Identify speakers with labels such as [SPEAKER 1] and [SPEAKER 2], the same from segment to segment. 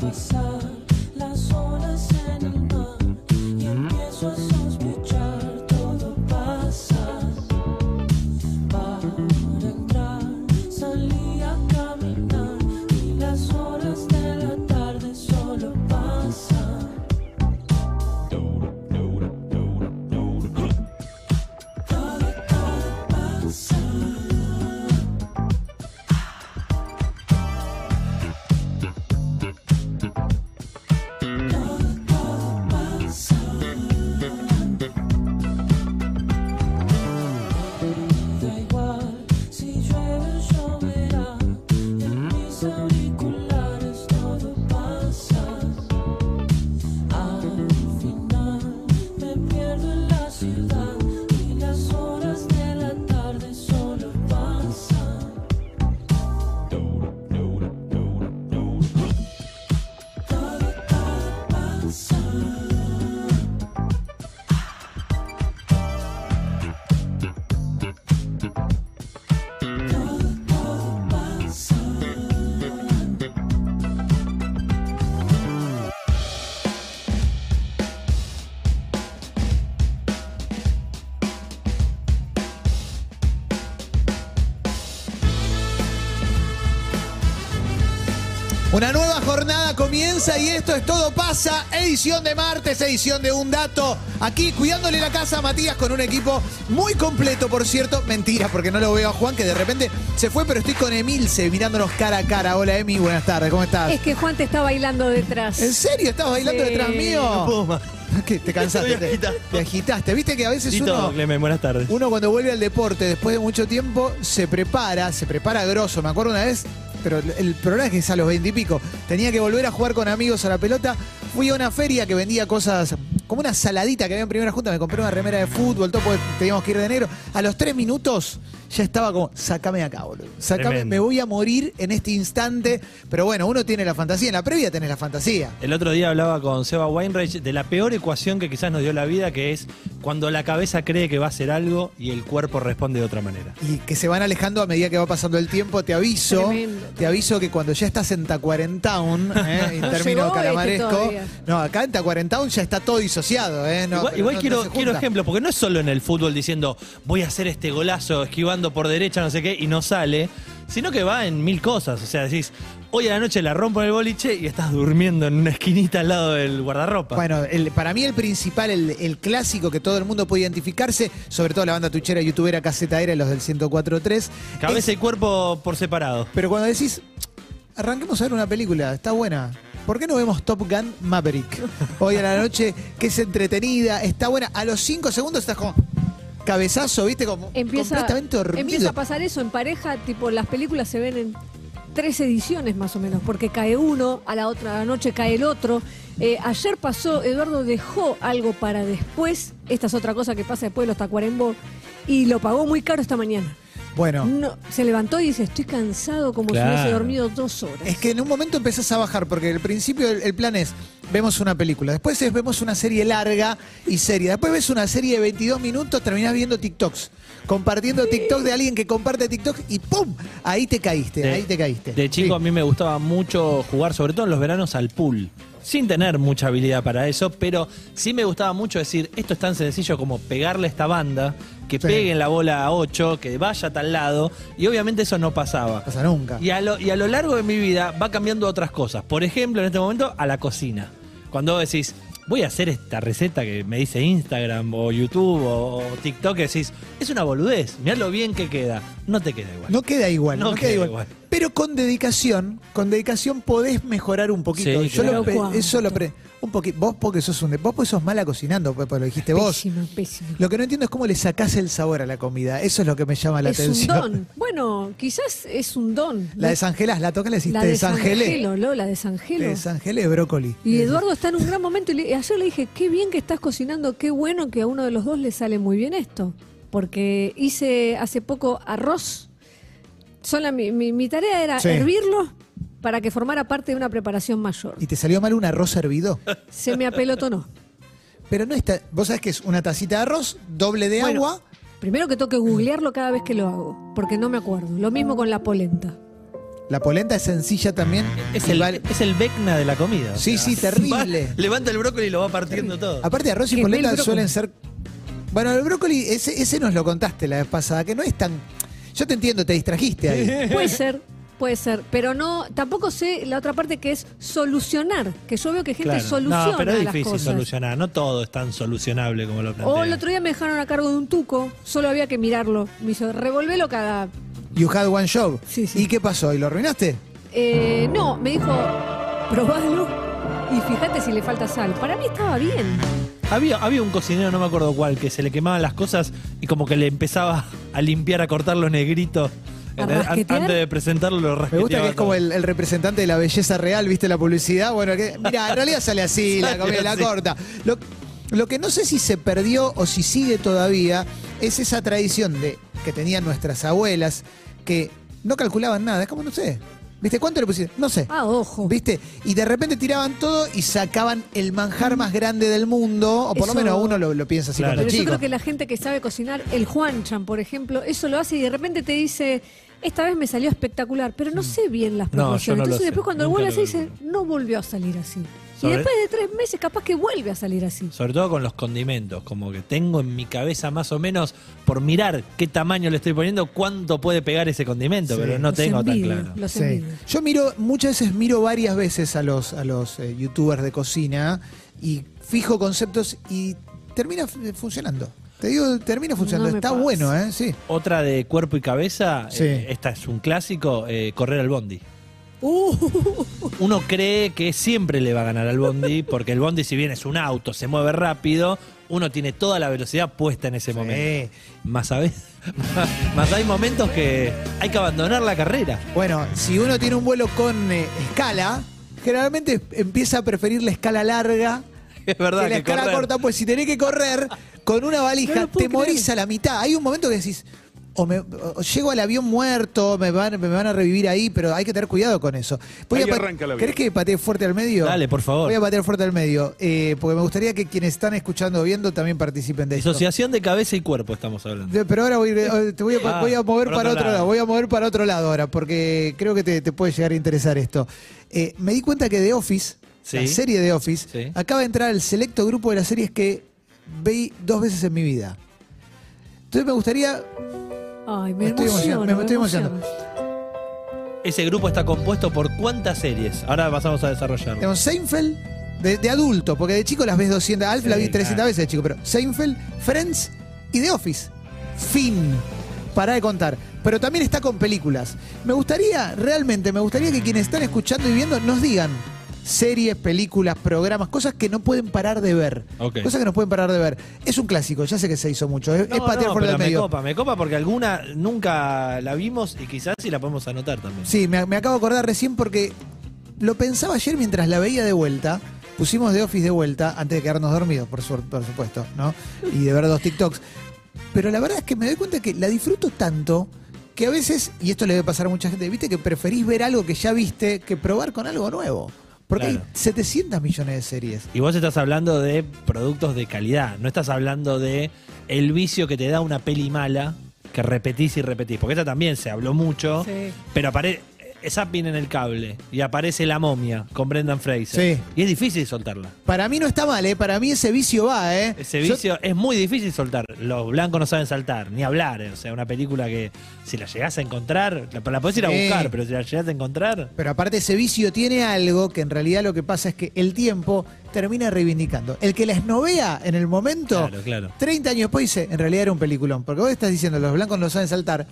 [SPEAKER 1] Pasar las horas en el mar y empiezo a sospechar todo pasa para entrar salí a caminar y las horas de la tarde solo pasan todo todo pasa todo todo pasa Da igual si llueve o lloverá, en mis auriculares todo pasa. Al final me pierdo en la ciudad y las horas de la tarde solo pasan. Todo, todo pasa. Todo, todo pasa.
[SPEAKER 2] Una nueva jornada comienza y esto es Todo Pasa, edición de martes, edición de Un Dato. Aquí cuidándole la casa a Matías con un equipo muy completo, por cierto. Mentira, porque no lo veo a Juan, que de repente se fue, pero estoy con Emilce mirándonos cara a cara. Hola Emi, buenas tardes, ¿cómo estás?
[SPEAKER 3] Es que Juan te está bailando detrás.
[SPEAKER 2] ¿En serio? ¿Estás bailando
[SPEAKER 3] Sí.
[SPEAKER 4] Eh,
[SPEAKER 2] detrás mío?
[SPEAKER 3] No
[SPEAKER 2] ¿Qué? ¿Te cansaste?
[SPEAKER 4] Estoy
[SPEAKER 2] Te,
[SPEAKER 4] agitado.
[SPEAKER 2] te agitaste. Viste que a veces
[SPEAKER 4] Tito
[SPEAKER 2] uno...
[SPEAKER 4] Clemen, buenas tardes.
[SPEAKER 2] Uno cuando vuelve al deporte después de mucho tiempo se prepara, se prepara grosso. Me acuerdo una vez, pero el- el problema es que es a los 20 y pico. Tenía que volver a jugar con amigos a la pelota. Fui a una feria que vendía cosas como una saladita que había en primera junta. Me compré una remera de fútbol, todo porque teníamos que ir de negro. A los tres minutos ya estaba como, sacame de acá, boludo. Sacame,
[SPEAKER 4] Tremendo.
[SPEAKER 2] me voy a morir en este instante. Pero bueno, uno tiene la fantasía. En la previa tenés la fantasía.
[SPEAKER 4] El otro día hablaba con Seba Weinreich de la peor ecuación que quizás nos dio la vida, que es cuando la cabeza cree que va a hacer algo y el cuerpo responde de otra manera.
[SPEAKER 2] y que se van alejando a medida que va pasando el tiempo. Te aviso,
[SPEAKER 3] Tremendo.
[SPEAKER 2] te aviso que cuando ya estás en Tacuarentown, ¿eh? en
[SPEAKER 3] No
[SPEAKER 2] término
[SPEAKER 3] llegó este
[SPEAKER 2] calamaresco,
[SPEAKER 3] todavía.
[SPEAKER 2] no, acá en Tacuarentown ya está todo disociado. ¿eh? No,
[SPEAKER 4] igual
[SPEAKER 2] pero
[SPEAKER 4] igual
[SPEAKER 2] no- no
[SPEAKER 4] quiero,
[SPEAKER 2] se
[SPEAKER 4] quiero
[SPEAKER 2] junta.
[SPEAKER 4] ejemplo, porque no es solo en el fútbol diciendo voy a hacer este golazo esquivando por derecha, no sé qué, y no sale, sino que va en mil cosas. O sea, decís, hoy a la noche la rompo en el boliche y estás durmiendo en una esquinita al lado del guardarropa.
[SPEAKER 2] Bueno, el- para mí el principal, el, el clásico que todo el mundo puede identificarse, sobre todo la banda tuchera, youtubera, caseta era y los del 104.3. es-
[SPEAKER 4] cabeza y cuerpo por separado.
[SPEAKER 2] Pero cuando decís, arranquemos a ver una película, está buena. ¿Por qué no vemos Top Gun Maverick? Hoy a la noche, que es entretenida, está buena. A los 5 segundos estás como cabezazo, ¿viste? Como
[SPEAKER 3] Empieza,
[SPEAKER 2] completamente dormido.
[SPEAKER 3] empieza a pasar eso en pareja, tipo las películas se ven en tres ediciones más o menos, porque cae uno, a la otra a la noche cae el otro. Eh, ayer pasó, Eduardo dejó algo para después, esta es otra cosa que pasa después de los Tacuarembó, y lo pagó muy caro esta mañana.
[SPEAKER 2] Bueno,
[SPEAKER 3] No, se levantó y dice, estoy cansado como si
[SPEAKER 4] Claro.
[SPEAKER 3] hubiese dormido dos horas.
[SPEAKER 2] es que en un momento empezás a bajar, porque al principio el, el plan es, vemos una película, después es, vemos una serie larga y seria, después ves una serie de 22 minutos, terminás viendo TikToks, compartiendo TikTok de alguien que comparte TikTok y ¡pum! Ahí te caíste,
[SPEAKER 4] De-
[SPEAKER 2] ahí te caíste.
[SPEAKER 4] De chico
[SPEAKER 2] Sí.
[SPEAKER 4] a mí me gustaba mucho jugar, sobre todo en los veranos, al pool. Sin tener mucha habilidad para eso, pero sí me gustaba mucho decir, esto es tan sencillo como pegarle a esta banda, que
[SPEAKER 2] Sí.
[SPEAKER 4] peguen la bola a 8, que vaya a tal lado, y obviamente eso no pasaba.
[SPEAKER 2] No pasa nunca.
[SPEAKER 4] Y a, lo, y a lo largo de mi vida va cambiando a otras cosas. Por ejemplo, en este momento, a la cocina. Cuando vos decís, voy a hacer esta receta que me dice Instagram o YouTube o, o TikTok, que decís, es una boludez, mirá lo bien que queda. No te queda igual.
[SPEAKER 2] No queda igual, no,
[SPEAKER 4] No
[SPEAKER 2] queda,
[SPEAKER 4] queda
[SPEAKER 2] igual.
[SPEAKER 4] igual.
[SPEAKER 2] Pero con dedicación, con dedicación podés mejorar un poquito.
[SPEAKER 4] Sí,
[SPEAKER 2] Yo
[SPEAKER 4] claro.
[SPEAKER 2] lo pe-
[SPEAKER 3] ¿Cuánto?
[SPEAKER 2] eso lo pre- un poquito. Vos porque sos un de- vos porque sos mala cocinando, pues, porque lo dijiste vos.
[SPEAKER 3] Pésimo, pésimo.
[SPEAKER 2] Lo que no entiendo es cómo le sacás el sabor a la comida. Eso es lo que me llama la
[SPEAKER 3] es
[SPEAKER 2] atención.
[SPEAKER 3] un don. Bueno, quizás es un don.
[SPEAKER 2] La desangelás, la tocas, la hiciste
[SPEAKER 3] La desangelo,
[SPEAKER 2] desangelé.
[SPEAKER 3] Lola,
[SPEAKER 2] Te
[SPEAKER 3] desangelo.
[SPEAKER 2] Desangelé brócoli.
[SPEAKER 3] Y Eduardo está en un gran momento. Y le- ayer le dije, qué bien que estás cocinando, qué bueno que a uno de los dos le sale muy bien esto. Porque hice hace poco arroz. Sola, mi, mi- mi tarea era
[SPEAKER 2] Sí.
[SPEAKER 3] hervirlo, para que formara parte de una preparación mayor.
[SPEAKER 2] Y te salió mal un arroz hervido.
[SPEAKER 3] Se me apelotonó.
[SPEAKER 2] Pero no está. Vos sabés que es una tacita de arroz, doble de
[SPEAKER 3] Bueno.
[SPEAKER 2] agua.
[SPEAKER 3] Primero que tengo que googlearlo cada vez que lo hago, porque no me acuerdo. Lo mismo con la polenta.
[SPEAKER 2] La polenta es sencilla también.
[SPEAKER 4] Es
[SPEAKER 2] y
[SPEAKER 4] el,
[SPEAKER 2] vale-
[SPEAKER 4] es el Vecna de la comida. o
[SPEAKER 2] Sí,
[SPEAKER 4] sea,
[SPEAKER 2] sí, terrible.
[SPEAKER 4] va- levanta el brócoli y lo va partiendo todo.
[SPEAKER 2] Aparte, arroz y
[SPEAKER 3] Que
[SPEAKER 2] polenta
[SPEAKER 3] el brócoli.
[SPEAKER 2] suelen ser. Bueno, el brócoli, ese, ese nos lo contaste la vez pasada, que no es tan. Yo te entiendo, te distrajiste ahí.
[SPEAKER 3] Puede ser, puede ser, pero no, tampoco sé la otra parte que es solucionar, que yo veo que gente
[SPEAKER 4] Claro.
[SPEAKER 3] soluciona
[SPEAKER 4] No, pero es
[SPEAKER 3] las
[SPEAKER 4] difícil
[SPEAKER 3] cosas.
[SPEAKER 4] solucionar. No todo es tan solucionable como
[SPEAKER 2] Oh,
[SPEAKER 4] lo plantea.
[SPEAKER 3] O Oh, el otro día me dejaron a cargo de un tuco, solo había que mirarlo. Me hizo, revolvelo cada.
[SPEAKER 2] You had one job.
[SPEAKER 3] Sí, sí.
[SPEAKER 2] ¿Y qué pasó? ¿Y lo arruinaste?
[SPEAKER 3] Eh, no, me dijo, probalo y fíjate si le falta sal. Para mí estaba bien.
[SPEAKER 4] Había, había un cocinero, no me acuerdo cuál, que se le quemaban las cosas y como que le empezaba a limpiar, a cortar los negritos.
[SPEAKER 3] ¿A
[SPEAKER 4] An-
[SPEAKER 3] rasquetear?
[SPEAKER 4] Antes de presentarlo lo
[SPEAKER 2] Me gusta que
[SPEAKER 4] rasqueteaba
[SPEAKER 2] es como
[SPEAKER 4] todo.
[SPEAKER 2] el, el representante de la belleza real, ¿viste la publicidad? Bueno, que, mira, en realidad sale así, la
[SPEAKER 4] Sale
[SPEAKER 2] comida, la
[SPEAKER 4] así.
[SPEAKER 2] corta. Lo, lo que no sé si se perdió o si sigue todavía es esa tradición de que tenían nuestras abuelas que no calculaban nada, es como no sé. ¿Viste cuánto le pusieron? No sé.
[SPEAKER 3] Ah, ojo.
[SPEAKER 2] ¿Viste? Y de repente tiraban todo y sacaban el manjar más grande del mundo, o por lo
[SPEAKER 3] Eso-
[SPEAKER 2] menos uno lo, lo piensa así
[SPEAKER 4] Claro.
[SPEAKER 2] cuando
[SPEAKER 3] Pero
[SPEAKER 2] es
[SPEAKER 3] yo
[SPEAKER 2] chico.
[SPEAKER 3] creo que la gente que sabe cocinar, el Juanchan, por ejemplo, eso lo hace y de repente te dice, esta vez me salió espectacular, pero no sé bien las
[SPEAKER 4] Mm. No, yo
[SPEAKER 3] proporciones.
[SPEAKER 4] no lo
[SPEAKER 3] Entonces
[SPEAKER 4] sé,
[SPEAKER 3] después cuando
[SPEAKER 4] nunca
[SPEAKER 3] vuelve
[SPEAKER 4] lo
[SPEAKER 3] a hacer, dice,
[SPEAKER 4] calculo.
[SPEAKER 3] no volvió a salir así. Y
[SPEAKER 4] Sobre-
[SPEAKER 3] después de tres meses capaz que vuelve a salir así.
[SPEAKER 4] Sobre todo con los condimentos, como que tengo en mi cabeza más o menos por mirar qué tamaño le estoy poniendo, cuánto puede pegar ese condimento,
[SPEAKER 2] Sí.
[SPEAKER 4] pero no
[SPEAKER 3] Los
[SPEAKER 4] tengo tan
[SPEAKER 3] envidio,
[SPEAKER 4] claro.
[SPEAKER 3] los
[SPEAKER 2] Sí.
[SPEAKER 3] envidio.
[SPEAKER 2] Yo miro, muchas veces miro varias veces a los, a los eh, youtubers de cocina y fijo conceptos y termina f- funcionando. Te digo, termina funcionando.
[SPEAKER 3] No me
[SPEAKER 2] Está
[SPEAKER 3] pasa.
[SPEAKER 2] bueno, ¿eh? Sí.
[SPEAKER 4] Otra de cuerpo y cabeza,
[SPEAKER 2] Sí.
[SPEAKER 4] eh, esta es un clásico, eh, correr al bondi.
[SPEAKER 3] Uh,
[SPEAKER 4] Uno cree que siempre le va a ganar al bondi, porque el bondi si bien es un auto, se mueve rápido, uno tiene toda la velocidad puesta en ese momento. Más, a veces- más hay momentos que hay que abandonar la carrera.
[SPEAKER 2] Bueno, si uno tiene un vuelo con eh, escala, generalmente empieza a preferir la escala larga
[SPEAKER 4] Es verdad
[SPEAKER 2] que la
[SPEAKER 4] que
[SPEAKER 2] escala
[SPEAKER 4] correr-
[SPEAKER 2] corta, pues si tenés que correr con una
[SPEAKER 3] No
[SPEAKER 2] valija,
[SPEAKER 3] lo
[SPEAKER 2] te
[SPEAKER 3] puedo
[SPEAKER 2] morís a la mitad. Hay un momento que decís, o, me, o llego al avión muerto, me van, me van a revivir ahí, pero hay que tener cuidado con eso. Voy a
[SPEAKER 5] Ahí
[SPEAKER 2] pat-
[SPEAKER 5] arranca el avión.
[SPEAKER 2] ¿Querés que patee fuerte al medio?
[SPEAKER 4] Dale, por favor.
[SPEAKER 2] Voy a patear fuerte al medio, eh, porque me gustaría que quienes están escuchando o viendo también participen de esto.
[SPEAKER 4] Disociación de cabeza y cuerpo estamos hablando.
[SPEAKER 2] De- Pero ahora voy, eh, te voy, a,
[SPEAKER 4] Ah,
[SPEAKER 2] voy a mover
[SPEAKER 4] por
[SPEAKER 2] para
[SPEAKER 4] otro
[SPEAKER 2] otro lado.
[SPEAKER 4] lado.
[SPEAKER 2] voy a mover para otro lado ahora, porque creo que te, te puede llegar a interesar esto. Eh, me di cuenta que The Office,
[SPEAKER 4] Sí.
[SPEAKER 2] la serie de Office,
[SPEAKER 4] Sí.
[SPEAKER 2] acaba de entrar al selecto grupo de las series que vi dos veces en mi vida. Entonces me gustaría.
[SPEAKER 3] ay, me,
[SPEAKER 2] Me estoy
[SPEAKER 3] emociono,
[SPEAKER 2] emocionando, me estoy emocionando.
[SPEAKER 3] emociono.
[SPEAKER 4] Ese grupo está compuesto por cuántas series. Ahora pasamos a desarrollarlo.
[SPEAKER 2] Tenemos Seinfeld de, de adulto, porque de chico las ves 200. Alf la
[SPEAKER 4] Sí,
[SPEAKER 2] vi 300
[SPEAKER 4] claro.
[SPEAKER 2] veces de chico, pero Seinfeld, Friends y The Office. Fin. Pará de contar. Pero también está con películas. Me gustaría, realmente, me gustaría que quienes están escuchando y viendo nos digan series, películas, programas, cosas que no pueden parar de ver.
[SPEAKER 4] Ok.
[SPEAKER 2] Cosas que no pueden parar de ver. Es un clásico, ya sé que se hizo mucho. Es,
[SPEAKER 4] No,
[SPEAKER 2] es patear
[SPEAKER 4] no,
[SPEAKER 2] fuera
[SPEAKER 4] pero
[SPEAKER 2] del
[SPEAKER 4] me
[SPEAKER 2] medio.
[SPEAKER 4] copa, me copa porque alguna nunca la vimos y quizás sí la podemos anotar también.
[SPEAKER 2] Sí, me, me acabo de acordar recién porque lo pensaba ayer mientras la veía de vuelta. Pusimos The Office de vuelta antes de quedarnos dormidos, por, suer- por supuesto, ¿no? Y de ver dos TikToks. Pero la verdad es que me doy cuenta que la disfruto tanto que a veces, y esto le debe pasar a mucha gente, viste que preferís ver algo que ya viste que probar con algo nuevo. Porque
[SPEAKER 4] Claro.
[SPEAKER 2] hay 700 millones de series.
[SPEAKER 4] Y vos estás hablando de productos de calidad, no estás hablando de el vicio que te da una peli mala que repetís y repetís, porque esta también se habló mucho,
[SPEAKER 3] Sí.
[SPEAKER 4] pero aparece Zapping en el cable y aparece La momia con Brendan Fraser.
[SPEAKER 2] Sí.
[SPEAKER 4] Y es difícil soltarla.
[SPEAKER 2] Para mí no está mal, ¿eh? Para mí ese vicio va, ¿eh?
[SPEAKER 4] Ese
[SPEAKER 2] Yo-
[SPEAKER 4] vicio es muy difícil soltar. Los blancos no saben saltar, ni hablar. eh. O sea, una película que si la llegás a encontrar, la, la podés ir a
[SPEAKER 2] Sí.
[SPEAKER 4] buscar, pero si la llegás a encontrar.
[SPEAKER 2] Pero aparte ese vicio tiene algo que en realidad lo que pasa es que el tiempo termina reivindicando. El que la esnovea en el momento,
[SPEAKER 4] Claro, claro.
[SPEAKER 2] 30 años después dice, en realidad era un peliculón. Porque vos estás diciendo, los blancos no saben saltar,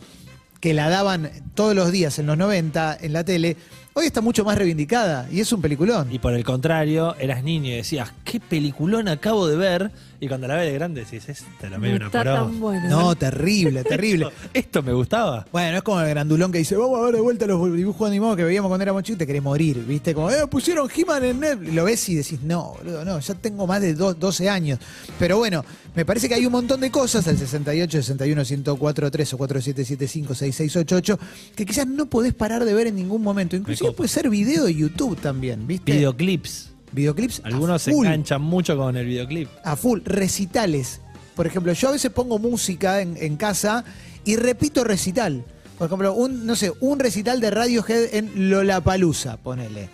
[SPEAKER 2] que la daban todos los días en los 90 en la tele, hoy está mucho más reivindicada y es un peliculón.
[SPEAKER 4] Y por el contrario, eras niño y decías, qué peliculón acabo de ver. Y cuando la ves de grande decís, esta era medio
[SPEAKER 3] No
[SPEAKER 4] una
[SPEAKER 3] está
[SPEAKER 4] poronga".
[SPEAKER 3] tan buena.
[SPEAKER 2] No, terrible, terrible.
[SPEAKER 4] Esto, esto me gustaba.
[SPEAKER 2] Bueno, es como el grandulón que dice, vamos a ver de vuelta los dibujos animados que veíamos cuando éramos chicos y te querés morir, ¿viste? Como, eh, pusieron He-Man en Netflix. Lo ves y decís, no, boludo, no, ya tengo más de do- 12 años. Pero bueno, me parece que hay un montón de cosas, el 68, 61, 104, 3 o 4775, 6688, que quizás no podés parar de ver en ningún momento. Inclusive inclusive
[SPEAKER 4] copa.
[SPEAKER 2] puede ser video de YouTube también, ¿viste?
[SPEAKER 4] Videoclips.
[SPEAKER 2] Videoclips. a
[SPEAKER 4] Algunos se
[SPEAKER 2] full.
[SPEAKER 4] enganchan mucho con el videoclip.
[SPEAKER 2] a full, recitales. Por ejemplo, yo a veces pongo música en, en casa y repito recital. Por ejemplo, un, no sé, un recital de Radiohead en Lollapalooza, ponele,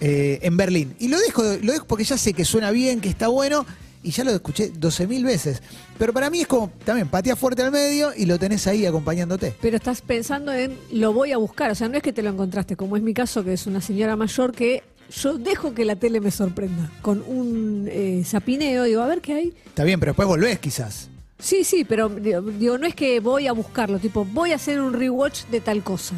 [SPEAKER 2] eh, en Berlín. Y lo dejo, lo dejo porque ya sé que suena bien, que está bueno, y ya lo escuché 12.000 veces. Pero para mí es como, también, pateas fuerte al medio y lo tenés ahí acompañándote.
[SPEAKER 3] Pero estás pensando en lo voy a buscar, o sea, no es que te lo encontraste, como es mi caso, que es una señora mayor que yo dejo que la tele me sorprenda con un eh, zapineo, digo, a ver qué hay.
[SPEAKER 2] Está bien, pero después volvés quizás.
[SPEAKER 3] Sí, sí, pero digo, digo, no es que voy a buscarlo, tipo, voy a hacer un rewatch de tal cosa.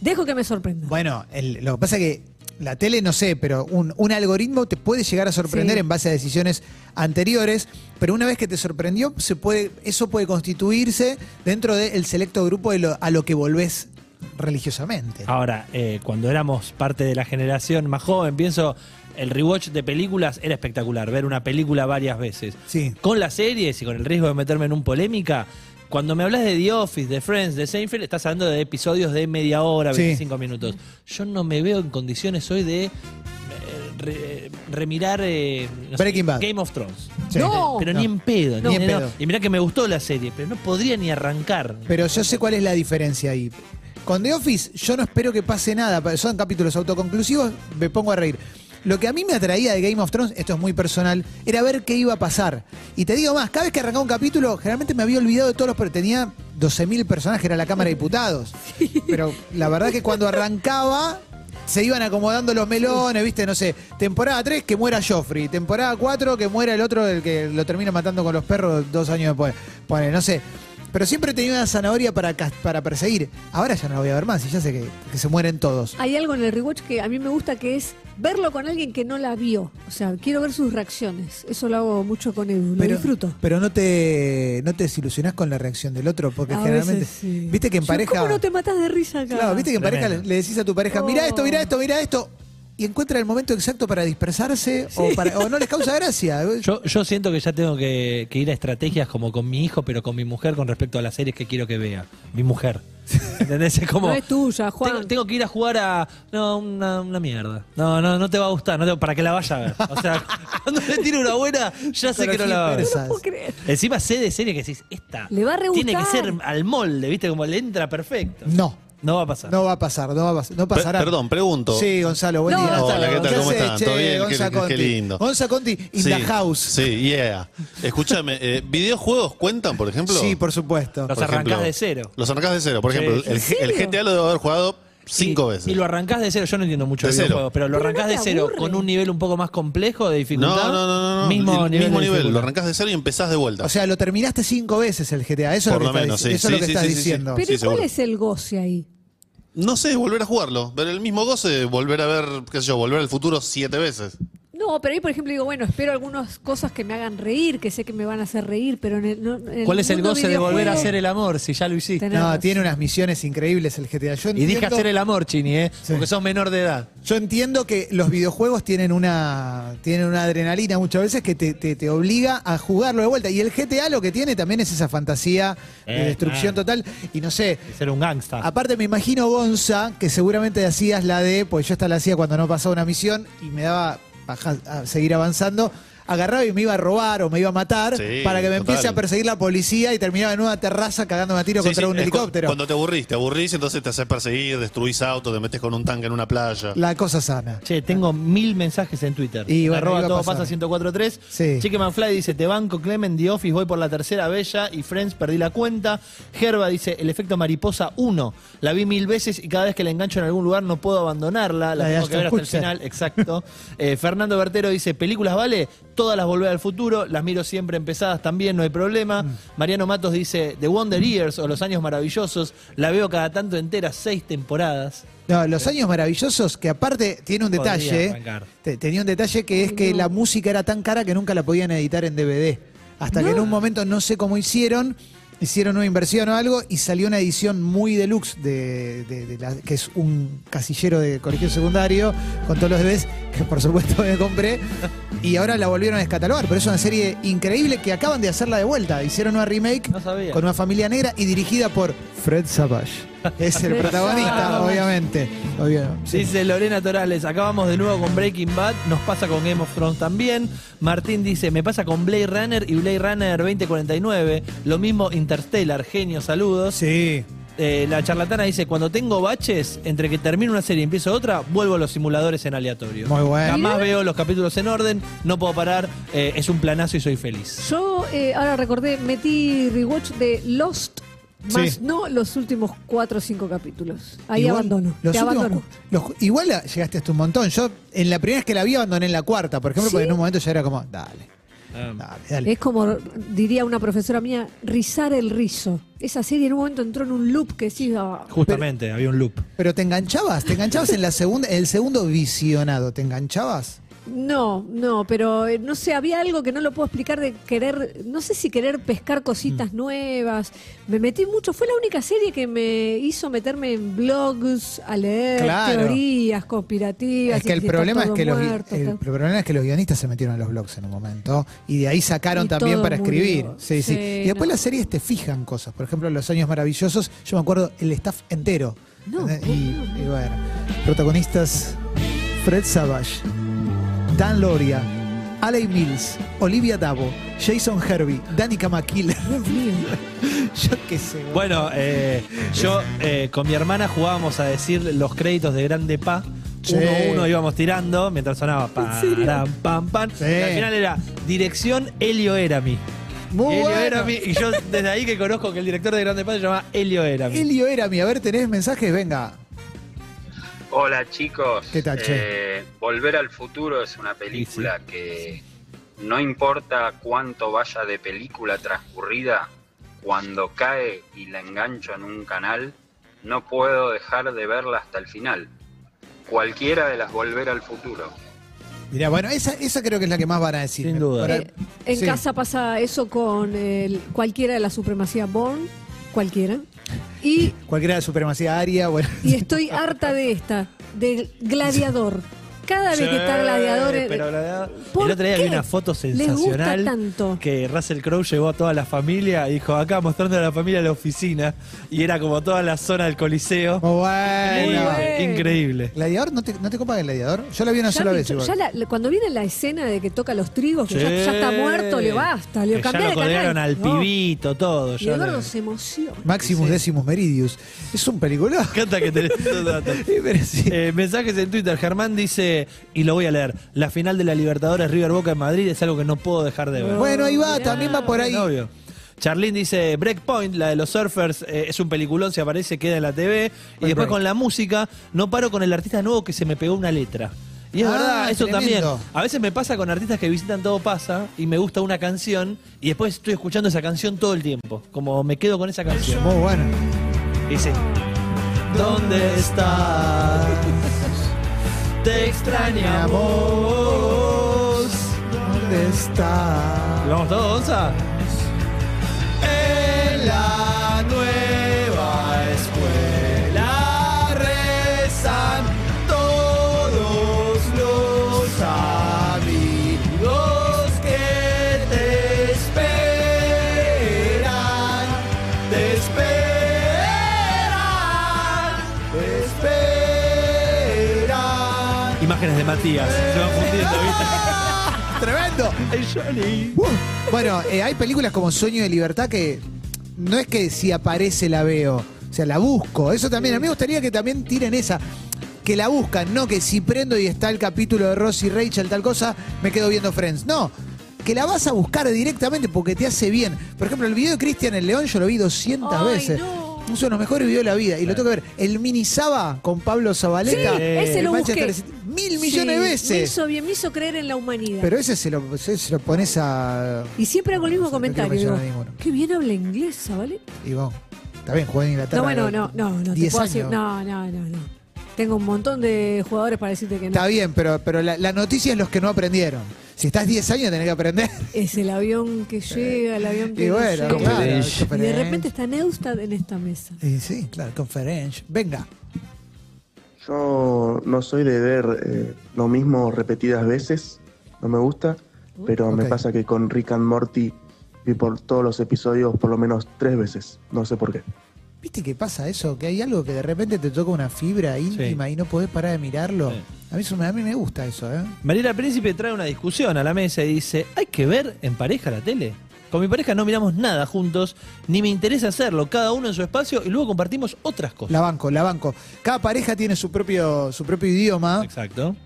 [SPEAKER 3] Dejo que me sorprenda.
[SPEAKER 2] Bueno, el- lo que pasa es que la tele, no sé, pero un, un algoritmo te puede llegar a sorprender
[SPEAKER 3] Sí.
[SPEAKER 2] en base a decisiones anteriores, pero una vez que te sorprendió, se puede, eso puede constituirse dentro del selecto grupo de lo- a lo que volvés religiosamente.
[SPEAKER 4] Ahora, eh, cuando éramos parte de la generación más joven, pienso, el rewatch de películas era espectacular, ver una película varias veces.
[SPEAKER 2] Sí.
[SPEAKER 4] Con las series y con el riesgo de meterme en un polémica, cuando me hablas de The Office, de Friends, de Seinfeld, estás hablando de episodios de media hora,
[SPEAKER 2] Sí.
[SPEAKER 4] 25 minutos. Yo no me veo en condiciones hoy de eh, re- remirar eh, no sé,
[SPEAKER 2] Breaking Bad.
[SPEAKER 4] Game of Thrones.
[SPEAKER 2] Sí.
[SPEAKER 3] No.
[SPEAKER 4] Pero ni en pedo,
[SPEAKER 2] No.
[SPEAKER 4] ni
[SPEAKER 2] Ni en pedo.
[SPEAKER 4] Y mirá que me gustó la serie, pero no podría ni arrancar.
[SPEAKER 2] Pero yo sé cuál es la diferencia ahí. Con The Office yo no espero que pase nada, pa- son capítulos autoconclusivos, me pongo a reír. Lo que a mí me atraía de Game of Thrones, esto es muy personal, era ver qué iba a pasar. Y te digo más, cada vez que arrancaba un capítulo, generalmente me había olvidado de todos los, pero tenía 12.000 personajes, era la Cámara de Diputados. Pero la verdad que cuando arrancaba, se iban acomodando los melones, viste, no sé, temporada 3 que muera Joffrey, temporada 4 que muera el otro, el que lo termina matando con los perros dos años después. Pone, no sé. Pero siempre tenía una zanahoria para, cas- para perseguir. Ahora ya no la voy a ver más y ya sé que, que se mueren todos.
[SPEAKER 3] Hay algo en el rewatch que a mí me gusta que es verlo con alguien que no la vio. O sea, quiero ver sus reacciones. Eso lo hago mucho con Edu, lo disfruto.
[SPEAKER 2] Pero no te, no te desilusionás con la reacción del otro, porque
[SPEAKER 3] A
[SPEAKER 2] generalmente.
[SPEAKER 3] veces sí.
[SPEAKER 2] Viste que en
[SPEAKER 3] Yo,
[SPEAKER 2] pareja.
[SPEAKER 3] ¿Cómo no te matas de risa acá?
[SPEAKER 2] Claro, viste que en pareja le,
[SPEAKER 4] Tremendo.
[SPEAKER 2] le decís a tu pareja, mira
[SPEAKER 3] Oh.
[SPEAKER 2] esto, mira esto, mira esto. Y encuentra el momento exacto para dispersarse o, para- o no les causa gracia.
[SPEAKER 4] Yo, yo siento que ya tengo que, que ir a estrategias como con mi hijo, pero con mi mujer con respecto a las series que quiero que vea. Mi mujer. ¿Entendés? Es como.
[SPEAKER 3] No es tuya, Juan.
[SPEAKER 4] Tengo, tengo que ir a jugar a. No, una, una mierda. No, no, no te va a gustar. No te- para que la vaya a ver. O sea, cuando le tiro una buena, ya sé que no la va a ver.
[SPEAKER 3] No puedo creer.
[SPEAKER 4] Encima sé de serie que decís, esta.
[SPEAKER 3] Le va a re
[SPEAKER 4] Tiene que
[SPEAKER 3] gustar.
[SPEAKER 4] ser al molde, ¿viste? Como le entra perfecto.
[SPEAKER 2] No,
[SPEAKER 4] No va a pasar.
[SPEAKER 2] no va a pasar, no va a pasar. No
[SPEAKER 5] Pe-
[SPEAKER 2] pasará.
[SPEAKER 5] Perdón, pregunto.
[SPEAKER 2] Sí, Gonzalo, buen
[SPEAKER 3] No,
[SPEAKER 2] día.
[SPEAKER 3] Hola, ¿qué tal?
[SPEAKER 5] ¿Cómo
[SPEAKER 2] haces,
[SPEAKER 5] están? ¿Todo bien? Qué- qué lindo.
[SPEAKER 2] Gonza Conti in
[SPEAKER 5] Sí,
[SPEAKER 2] the house.
[SPEAKER 5] Sí, yeah. Escúchame, eh, ¿videojuegos cuentan, por ejemplo?
[SPEAKER 2] Sí, por supuesto.
[SPEAKER 4] Los
[SPEAKER 5] Por
[SPEAKER 4] arrancás
[SPEAKER 5] ejemplo,
[SPEAKER 4] de cero.
[SPEAKER 5] Los arrancás de cero. Por
[SPEAKER 4] Sí.
[SPEAKER 5] ejemplo, el,
[SPEAKER 3] ¿En
[SPEAKER 5] el
[SPEAKER 3] serio?
[SPEAKER 5] GTA lo debo haber jugado
[SPEAKER 4] Y-
[SPEAKER 5] cinco veces.
[SPEAKER 4] Y lo arrancás de cero. Yo no entiendo mucho
[SPEAKER 5] De
[SPEAKER 4] de
[SPEAKER 5] cero.
[SPEAKER 4] videojuegos, pero lo
[SPEAKER 3] Pero no
[SPEAKER 4] arrancás de
[SPEAKER 3] te
[SPEAKER 4] cero
[SPEAKER 3] aburre.
[SPEAKER 4] con un nivel un poco más complejo de
[SPEAKER 5] no,
[SPEAKER 4] dificultad.
[SPEAKER 5] no, no, no.
[SPEAKER 4] Mismo
[SPEAKER 5] El
[SPEAKER 4] nivel.
[SPEAKER 5] mismo
[SPEAKER 4] de
[SPEAKER 5] nivel. Lo
[SPEAKER 4] dificultad.
[SPEAKER 5] arrancás de cero y empezás de vuelta.
[SPEAKER 2] O sea, lo terminaste cinco veces el GTA. Eso
[SPEAKER 5] Por
[SPEAKER 2] es lo
[SPEAKER 5] lo
[SPEAKER 2] que estás,
[SPEAKER 5] menos,
[SPEAKER 2] dic-
[SPEAKER 5] sí,
[SPEAKER 2] eso es lo
[SPEAKER 5] sí,
[SPEAKER 2] que
[SPEAKER 5] sí,
[SPEAKER 2] estás
[SPEAKER 5] sí, sí.
[SPEAKER 2] diciendo.
[SPEAKER 3] Pero
[SPEAKER 5] Sí,
[SPEAKER 3] ¿y cuál
[SPEAKER 5] seguro.
[SPEAKER 3] es el goce ahí?
[SPEAKER 5] no sé, volver a jugarlo. Pero el mismo goce, volver a ver, qué sé yo, volver al futuro siete veces.
[SPEAKER 3] No, pero ahí, por ejemplo, digo, bueno, espero algunas cosas que me hagan reír, que sé que me van a hacer reír, pero en el, no- en el
[SPEAKER 4] ¿Cuál es el
[SPEAKER 3] mundo
[SPEAKER 4] goce de volver a
[SPEAKER 3] videojuego-
[SPEAKER 4] hacer el amor si ya lo hiciste?
[SPEAKER 3] Tenés
[SPEAKER 2] No,
[SPEAKER 3] razón.
[SPEAKER 2] tiene unas misiones increíbles el GTA. Yo
[SPEAKER 4] Y dije
[SPEAKER 2] entiendo-
[SPEAKER 4] hacer el amor, Chini, ¿eh?
[SPEAKER 2] Sí.
[SPEAKER 4] Porque sos menor de edad.
[SPEAKER 2] Yo entiendo que los videojuegos tienen una, tienen una adrenalina muchas veces que te, te- te obliga a jugarlo de vuelta. Y el GTA lo que tiene también es esa fantasía de
[SPEAKER 4] Eh,
[SPEAKER 2] destrucción
[SPEAKER 4] claro.
[SPEAKER 2] total. Y no sé,
[SPEAKER 4] Ser un gangsta.
[SPEAKER 2] aparte me imagino Gonza, que seguramente hacías la de, pues yo esta la hacía cuando no pasaba una misión y me daba baja- a seguir avanzando. Agarraba y me iba a robar o me iba a matar
[SPEAKER 5] Sí,
[SPEAKER 2] para que me empiece a
[SPEAKER 5] total.
[SPEAKER 2] perseguir la policía y terminaba en una terraza cagándome a tiro
[SPEAKER 5] Sí,
[SPEAKER 2] contra
[SPEAKER 5] sí,
[SPEAKER 2] un
[SPEAKER 5] es cu-
[SPEAKER 2] helicóptero.
[SPEAKER 5] Cuando te aburrís, te aburrís, entonces te haces perseguir, destruís autos, te metes con un tanque en una playa.
[SPEAKER 2] La cosa sana.
[SPEAKER 4] Che, tengo mil mensajes en Twitter.
[SPEAKER 2] Y bueno,
[SPEAKER 4] Arroba
[SPEAKER 2] iba a
[SPEAKER 4] todo
[SPEAKER 2] pasar.
[SPEAKER 4] pasa 1043.
[SPEAKER 2] Sí.
[SPEAKER 4] Cheque Manfly dice, te banco, Clement, The Office, voy por la tercera bella y Friends, perdí la cuenta. Gerba dice, el efecto mariposa 1. La vi mil veces y cada vez que la engancho en algún lugar no puedo abandonarla.
[SPEAKER 2] La
[SPEAKER 4] La
[SPEAKER 2] de
[SPEAKER 4] tengo que ver hasta
[SPEAKER 2] Ashton
[SPEAKER 4] el
[SPEAKER 2] Kutcher.
[SPEAKER 4] final, exacto. Eh, Fernando Bertero dice, películas vale, todas las volver al futuro, las miro siempre empezadas también, no hay problema.
[SPEAKER 2] Mm.
[SPEAKER 4] Mariano Matos dice, The Wonder Years o Los Años Maravillosos, la veo cada tanto entera, seis temporadas.
[SPEAKER 2] No, los años maravillosos, que aparte tiene un
[SPEAKER 4] Podría
[SPEAKER 2] detalle,
[SPEAKER 4] arrancar.
[SPEAKER 2] te- tenía un detalle que es que la música era tan cara que nunca la podían editar en DVD. Hasta que en un momento, no sé cómo hicieron, hicieron una inversión o algo y salió una edición muy deluxe, de, de- de la- que es un casillero de colegio secundario, con todos los DVDs, que por supuesto me compré, y ahora la volvieron a descatalogar. Pero es una serie increíble que acaban de hacerla de vuelta. Hicieron una remake
[SPEAKER 4] No sabía.
[SPEAKER 2] con una familia negra y dirigida por Fred Savage. es el protagonista, obviamente. Obvio, sí.
[SPEAKER 4] Dice Lorena Torales, acabamos de nuevo con Breaking Bad, nos pasa con Game of Thrones también. Martín dice, me pasa con Blade Runner y Blade Runner 2049. Lo mismo Interstellar, genio, saludos.
[SPEAKER 2] Sí.
[SPEAKER 4] Eh, la charlatana dice, cuando tengo baches, entre que termino una serie y empiezo otra, vuelvo a los simuladores en aleatorio.
[SPEAKER 2] Muy bueno.
[SPEAKER 4] Jamás veo los capítulos en orden, no puedo parar, eh, es un planazo y soy feliz.
[SPEAKER 3] Yo eh, ahora recordé, metí rewatch de Lost, más
[SPEAKER 2] Sí.
[SPEAKER 3] no los últimos cuatro o cinco capítulos. Ahí
[SPEAKER 2] Igual,
[SPEAKER 3] abandono.
[SPEAKER 2] los
[SPEAKER 3] te
[SPEAKER 2] últimos
[SPEAKER 3] abandono.
[SPEAKER 2] cu- los cu- igual la- llegaste hasta un montón. Yo, en la primera vez que la vi, abandoné en la cuarta, por ejemplo, porque en un momento ya era como, dale, dale, dale.
[SPEAKER 3] Ah. Es como diría una profesora mía, rizar el rizo. Esa serie en un momento entró en un loop que sí. ah,
[SPEAKER 4] Justamente, había un loop.
[SPEAKER 2] Pero te enganchabas, te enganchabas en la segunda, en el segundo visionado, ¿te enganchabas?
[SPEAKER 3] No, no, pero eh, no sé, había algo que no lo puedo explicar de querer, no sé si querer pescar
[SPEAKER 2] Mm.
[SPEAKER 3] cositas nuevas. Me metí mucho, fue la única serie que me hizo meterme en blogs, a leer
[SPEAKER 2] Claro.
[SPEAKER 3] teorías conspirativas.
[SPEAKER 2] Es que
[SPEAKER 3] y
[SPEAKER 2] el
[SPEAKER 3] está
[SPEAKER 2] problema es
[SPEAKER 3] todo
[SPEAKER 2] que, los, gui-
[SPEAKER 3] muerto,
[SPEAKER 2] el,
[SPEAKER 3] está-
[SPEAKER 2] problema es que los guionistas se metieron en los blogs en un momento y de ahí sacaron
[SPEAKER 3] Y
[SPEAKER 2] también
[SPEAKER 3] todo
[SPEAKER 2] para escribir.
[SPEAKER 3] murió.
[SPEAKER 2] Sí, sí.
[SPEAKER 3] Sí,
[SPEAKER 2] Y después
[SPEAKER 3] no.
[SPEAKER 2] las series te fijan cosas. Por ejemplo, Los Años Maravillosos, yo me acuerdo el staff entero.
[SPEAKER 3] No,
[SPEAKER 2] ¿entendés? y,
[SPEAKER 3] no, no.
[SPEAKER 2] y bueno, protagonistas Fred Savage, Dan Loria, Alec Mills, Olivia Davo, Jason Herbie, Danica McKiller. yo qué sé. boludo.
[SPEAKER 4] Bueno, eh, yo eh, con mi hermana jugábamos a decir los créditos de Grande Pa.
[SPEAKER 2] Sí.
[SPEAKER 4] Uno a uno íbamos tirando mientras sonaba pam, pam, pam.
[SPEAKER 2] Sí.
[SPEAKER 4] Y al final era dirección Helio Erami.
[SPEAKER 3] Uh,
[SPEAKER 2] Muy
[SPEAKER 4] Helio
[SPEAKER 2] bueno.
[SPEAKER 4] Erami. Y yo desde ahí que conozco que el director de Grande Pa se llama Helio Erami.
[SPEAKER 2] Elio era mi. A ver, ¿tenés mensajes? Venga.
[SPEAKER 6] Hola chicos.
[SPEAKER 2] ¿Qué tal, che?
[SPEAKER 6] Eh, Volver al futuro es una película que no importa cuánto vaya de película transcurrida, cuando cae y la engancho en un canal, no puedo dejar de verla hasta el final. Cualquiera de las Volver al futuro.
[SPEAKER 2] Mirá, bueno, esa, esa creo que es la que más van a decir.
[SPEAKER 4] Sin
[SPEAKER 2] Me-
[SPEAKER 4] duda.
[SPEAKER 2] para-
[SPEAKER 3] Eh, en
[SPEAKER 2] sí.
[SPEAKER 3] casa pasa eso con el- cualquiera de la supremacía Born, cualquiera. Y,
[SPEAKER 2] Cualquiera de supremacía aria, bueno.
[SPEAKER 3] y estoy harta de esta, de Gladiador. Cada vez
[SPEAKER 4] Sí,
[SPEAKER 3] que está Gladiador. eh,
[SPEAKER 4] pero Gladiador-
[SPEAKER 3] ¿por
[SPEAKER 4] El otro día
[SPEAKER 3] qué
[SPEAKER 4] vi una foto
[SPEAKER 3] les gusta
[SPEAKER 4] sensacional
[SPEAKER 3] tanto?
[SPEAKER 4] que Russell Crowe llevó a toda la familia y dijo acá mostrando a la familia la oficina y era como toda la zona del coliseo.
[SPEAKER 2] Muy
[SPEAKER 4] Muy
[SPEAKER 2] bueno.
[SPEAKER 4] bueno, Increíble.
[SPEAKER 2] ¿Gladiador? ¿No te, ¿No te copa Gladiador? Yo la vi una
[SPEAKER 3] Ya
[SPEAKER 2] sola
[SPEAKER 3] vi-
[SPEAKER 2] vez igual.
[SPEAKER 3] ya la- la- cuando viene la escena de que toca los trigos, que ya,
[SPEAKER 4] Sí.
[SPEAKER 3] ya está muerto, le basta, le
[SPEAKER 4] Que ya
[SPEAKER 3] cambia
[SPEAKER 4] lo
[SPEAKER 3] de canal.
[SPEAKER 4] colgaron al
[SPEAKER 3] No.
[SPEAKER 4] pibito, todo.
[SPEAKER 3] Y
[SPEAKER 4] ya
[SPEAKER 3] Eduardo
[SPEAKER 4] le-
[SPEAKER 3] se emociona.
[SPEAKER 2] Maximus Decimus Meridius. Es un peliculón.
[SPEAKER 4] Me encanta que tenés esos datos.
[SPEAKER 2] Pero sí.
[SPEAKER 4] Eh, mensajes en Twitter. Germán dice, y lo voy a leer, la final de la Libertadores River Boca en Madrid es algo que no puedo dejar de ver.
[SPEAKER 2] bueno, ahí va,
[SPEAKER 3] mirá.
[SPEAKER 2] también va por ahí.
[SPEAKER 4] Obvio. Charlene dice, Breakpoint, la de los surfers, eh, es un peliculón, se aparece, queda en la TV. y después
[SPEAKER 2] break.
[SPEAKER 4] con la música, no paro con el artista nuevo que se me pegó una letra. Y es
[SPEAKER 2] Ah,
[SPEAKER 4] verdad, eso
[SPEAKER 2] tremendo.
[SPEAKER 4] también. A veces me pasa con artistas que visitan Todo Pasa y me gusta una canción y después estoy escuchando esa canción todo el tiempo. Como me quedo con esa canción.
[SPEAKER 2] Muy bueno.
[SPEAKER 4] Dice, ¿dónde estás? Te extrañamos.
[SPEAKER 2] ¿Dónde está?
[SPEAKER 4] ¿Y vamos todos, Gonza? En la nueva escuela rezan todos los amigos que te esperan. Te esperan. Te esperan. Imágenes de Matías. Se van fundiendo,
[SPEAKER 2] ¡Tremendo!
[SPEAKER 4] ¿viste? Johnny.
[SPEAKER 2] Uh, Bueno, eh, hay películas como Sueño de Libertad que no es que si aparece la veo, o sea, la busco. Eso también, a mí me gustaría que también tiren esa, que la buscan, no que si prendo y está el capítulo de Ross y Rachel, tal cosa, me quedo viendo Friends. No, que la vas a buscar directamente porque te hace bien. Por ejemplo, el video de Cristian el León yo lo vi 200
[SPEAKER 3] Ay,
[SPEAKER 2] veces.
[SPEAKER 3] no.
[SPEAKER 2] Uno de los mejores videos de la vida. Y lo tengo que ver. El mini Saba con Pablo Zabaleta.
[SPEAKER 3] Sí, ese
[SPEAKER 2] el
[SPEAKER 3] lo
[SPEAKER 2] Manchester
[SPEAKER 3] busqué.
[SPEAKER 2] City. Mil millones
[SPEAKER 3] Sí,
[SPEAKER 2] de
[SPEAKER 3] Me
[SPEAKER 2] veces.
[SPEAKER 3] hizo bien, me hizo creer en la humanidad.
[SPEAKER 2] Pero ese se lo, se- se lo pones a
[SPEAKER 3] y siempre hago el mismo
[SPEAKER 2] No quiero
[SPEAKER 3] comentario. digo,
[SPEAKER 2] mencionar ninguno.
[SPEAKER 3] Qué bien habla inglesa, ¿vale?
[SPEAKER 2] Y vos, está bien, jugó en Inglaterra.
[SPEAKER 3] No, bueno, no, no, no. Te
[SPEAKER 2] 10
[SPEAKER 3] puedo decir,
[SPEAKER 2] años.
[SPEAKER 3] no, no, no, no. Tengo un montón de jugadores para decirte que no.
[SPEAKER 2] Está bien, pero, pero la, la noticia es los que no aprendieron. Si estás 10 años tenés que aprender.
[SPEAKER 3] Es el avión que llega, el avión que
[SPEAKER 2] Y
[SPEAKER 3] no
[SPEAKER 2] bueno,
[SPEAKER 3] llega.
[SPEAKER 2] claro,
[SPEAKER 3] Y de
[SPEAKER 2] conference.
[SPEAKER 3] repente está Neustad en esta mesa.
[SPEAKER 2] Y sí, claro, conferencia. Venga.
[SPEAKER 7] Yo no soy de ver eh, lo mismo repetidas veces, no me gusta, pero me
[SPEAKER 2] Ok.
[SPEAKER 7] pasa que con Rick and Morty vi por todos los episodios por lo menos tres veces, no sé por qué.
[SPEAKER 2] ¿Viste que pasa eso? Que hay algo que de repente te toca una fibra íntima y no podés parar de mirarlo.
[SPEAKER 4] Sí.
[SPEAKER 2] A, mí eso, me- a mí me gusta eso, ¿eh?
[SPEAKER 4] Mariela Príncipe trae una discusión a la mesa y dice, ¿hay que ver en pareja la tele? Con mi pareja no miramos nada juntos, ni me interesa hacerlo, cada uno en su espacio y luego compartimos otras cosas.
[SPEAKER 2] La banco, la banco. Cada pareja tiene su propio, su propio idioma
[SPEAKER 4] Exacto.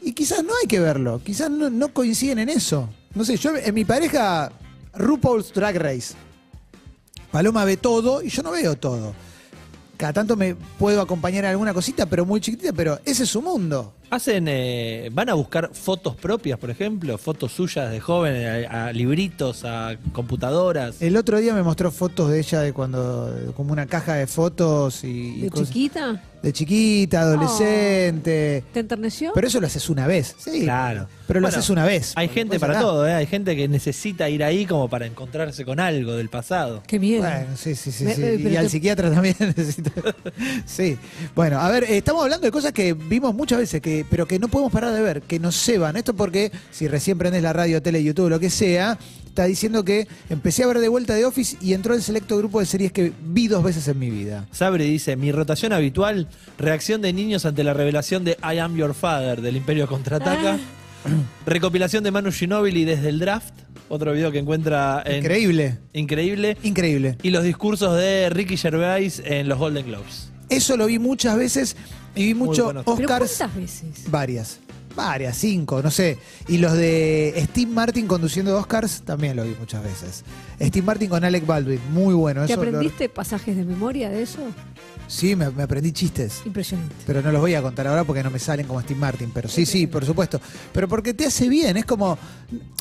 [SPEAKER 2] y quizás no hay que verlo. Quizás no, no coinciden en eso. No sé, yo en mi pareja, RuPaul's Drag Race. Paloma ve todo y yo no veo todo. Cada tanto me puedo acompañar en alguna cosita, pero muy chiquitita, pero ese es su mundo.
[SPEAKER 4] Hacen, eh, van a buscar fotos propias, por ejemplo, fotos suyas de jóvenes, a, a libritos, a computadoras.
[SPEAKER 2] El otro día me mostró fotos de ella de cuando, como una caja de fotos y, y
[SPEAKER 3] ¿De
[SPEAKER 2] cosas-
[SPEAKER 3] chiquita?
[SPEAKER 2] de chiquita, adolescente.
[SPEAKER 3] ¿Te enterneció?
[SPEAKER 2] Pero eso lo haces una vez, sí.
[SPEAKER 4] Claro.
[SPEAKER 2] Pero lo
[SPEAKER 4] Bueno,
[SPEAKER 2] haces una vez.
[SPEAKER 4] Hay
[SPEAKER 2] porque
[SPEAKER 4] gente
[SPEAKER 2] después
[SPEAKER 4] para
[SPEAKER 2] acá-
[SPEAKER 4] todo, ¿eh? hay gente que necesita ir ahí como para encontrarse con algo del pasado.
[SPEAKER 3] Qué miedo.
[SPEAKER 2] Bueno, sí, sí, sí.
[SPEAKER 3] Me-
[SPEAKER 2] sí.
[SPEAKER 3] me-
[SPEAKER 2] y
[SPEAKER 3] pero
[SPEAKER 2] al
[SPEAKER 3] te-
[SPEAKER 2] psiquiatra también necesita. sí. Bueno, a ver, eh, estamos hablando de cosas que vimos muchas veces, que, pero que no podemos parar de ver, que nos ceban. Esto porque si recién prendes la radio, tele, YouTube, lo que sea, está diciendo que empecé a ver de vuelta de Office y entró el selecto grupo de series que vi dos veces en mi vida.
[SPEAKER 4] Sabri dice, mi rotación habitual, reacción de niños ante la revelación de I Am Your Father del Imperio Contraataca, recopilación de Manu Ginóbili desde el draft, otro video que encuentra en-
[SPEAKER 2] Increíble.
[SPEAKER 4] increíble,
[SPEAKER 2] Increíble.
[SPEAKER 4] y los discursos de Ricky Gervais en los Golden Globes.
[SPEAKER 2] Eso lo vi muchas veces y vi
[SPEAKER 4] Muy
[SPEAKER 2] mucho
[SPEAKER 4] bueno.
[SPEAKER 3] ¿Pero
[SPEAKER 2] Oscars.
[SPEAKER 3] cuántas veces?
[SPEAKER 2] Varias. Varias, cinco, no sé. Y los de Steve Martin conduciendo Oscars también lo vi muchas veces. Steve Martin con Alec Baldwin, muy bueno.
[SPEAKER 3] ¿Te
[SPEAKER 2] eso lo-
[SPEAKER 3] aprendiste pasajes de memoria de eso?
[SPEAKER 2] sí, me, me aprendí chistes.
[SPEAKER 3] Impresionante.
[SPEAKER 2] Pero no los voy a contar ahora porque no me salen como Steve Martin. Pero sí, sí, por supuesto. Pero porque te hace bien. Es como.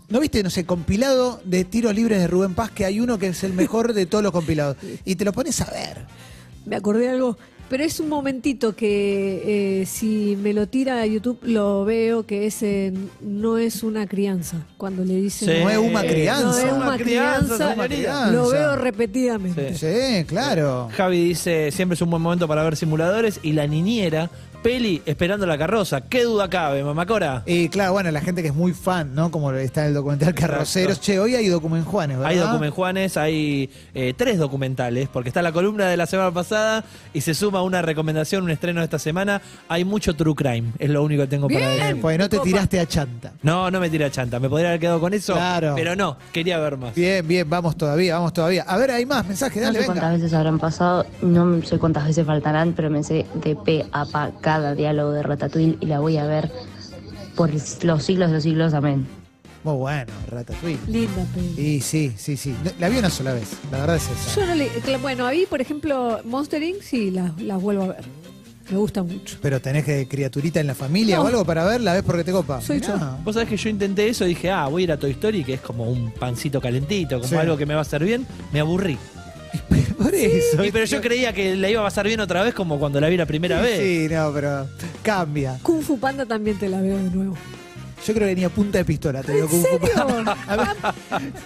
[SPEAKER 2] ¿No viste, no sé, compilado de tiros libres de Rubén Paz? Que hay uno que es el mejor de todos los compilados. Y te lo pones a ver.
[SPEAKER 3] Me acordé de algo, pero es un momentito que eh, si me lo tira a YouTube lo veo que es en- no es una crianza. Cuando le dicen
[SPEAKER 4] Sí.
[SPEAKER 2] No es una
[SPEAKER 3] eh,
[SPEAKER 2] crianza.
[SPEAKER 3] No es
[SPEAKER 4] No es
[SPEAKER 3] una
[SPEAKER 4] una crianza,
[SPEAKER 3] crianza,
[SPEAKER 4] señorita.
[SPEAKER 3] lo
[SPEAKER 2] Crianza.
[SPEAKER 3] veo repetidamente.
[SPEAKER 2] Sí, claro.
[SPEAKER 4] Javi dice, siempre es un buen momento para ver simuladores, y la niñera, Peli, esperando la carroza, qué duda cabe, mamacora.
[SPEAKER 2] Y claro, bueno, la gente que es muy fan, ¿no? Como está en el documental Carroceros. Che, hoy hay document Juanes, ¿verdad?
[SPEAKER 4] Hay documentuanes, hay eh, tres documentales, porque está la columna de la semana pasada y se suma una recomendación, un estreno de esta semana. Hay mucho true crime, es lo único que tengo para
[SPEAKER 3] Bien.
[SPEAKER 4] decir.
[SPEAKER 2] Pues no te tiraste a chanta.
[SPEAKER 4] No, no me tira chanta, me podría haber quedado con eso,
[SPEAKER 2] Claro.
[SPEAKER 4] pero no, quería ver más.
[SPEAKER 2] Bien, bien, vamos todavía, vamos todavía. A ver, hay más mensajes,
[SPEAKER 8] No
[SPEAKER 2] dale,
[SPEAKER 8] sé cuántas
[SPEAKER 2] venga.
[SPEAKER 8] veces habrán pasado, no sé cuántas veces faltarán, pero me sé de pe a pa cada diálogo de Ratatouille y la voy a ver por los siglos de los siglos. Amén.
[SPEAKER 2] Muy bueno, Ratatouille.
[SPEAKER 3] Linda peli.
[SPEAKER 2] Y sí, sí, sí. No, La vi una sola vez, la verdad es esa.
[SPEAKER 3] Yo no le- cla- bueno, ahí por ejemplo Monster Inc. sí las las vuelvo a ver. Me gusta mucho.
[SPEAKER 2] Pero tenés que criaturita en la familia
[SPEAKER 3] No.
[SPEAKER 2] o algo para ver, la ves porque te copa.
[SPEAKER 3] Soy yo.
[SPEAKER 4] Vos sabés que yo intenté eso y dije, ah, voy a ir a Toy Story, que es como un pancito calentito, como
[SPEAKER 2] Sí.
[SPEAKER 4] algo que me va a hacer bien, me aburrí.
[SPEAKER 2] Por eso.
[SPEAKER 4] Y pero yo creía que le iba a pasar bien otra vez como cuando la vi la primera vez.
[SPEAKER 2] Sí, no, pero cambia.
[SPEAKER 3] Kung Fu Panda también te la veo de nuevo.
[SPEAKER 2] Yo creo que ni a punta de pistola te digo
[SPEAKER 3] ¿En
[SPEAKER 2] Kung Fu
[SPEAKER 3] serio?
[SPEAKER 2] Panda. A ver,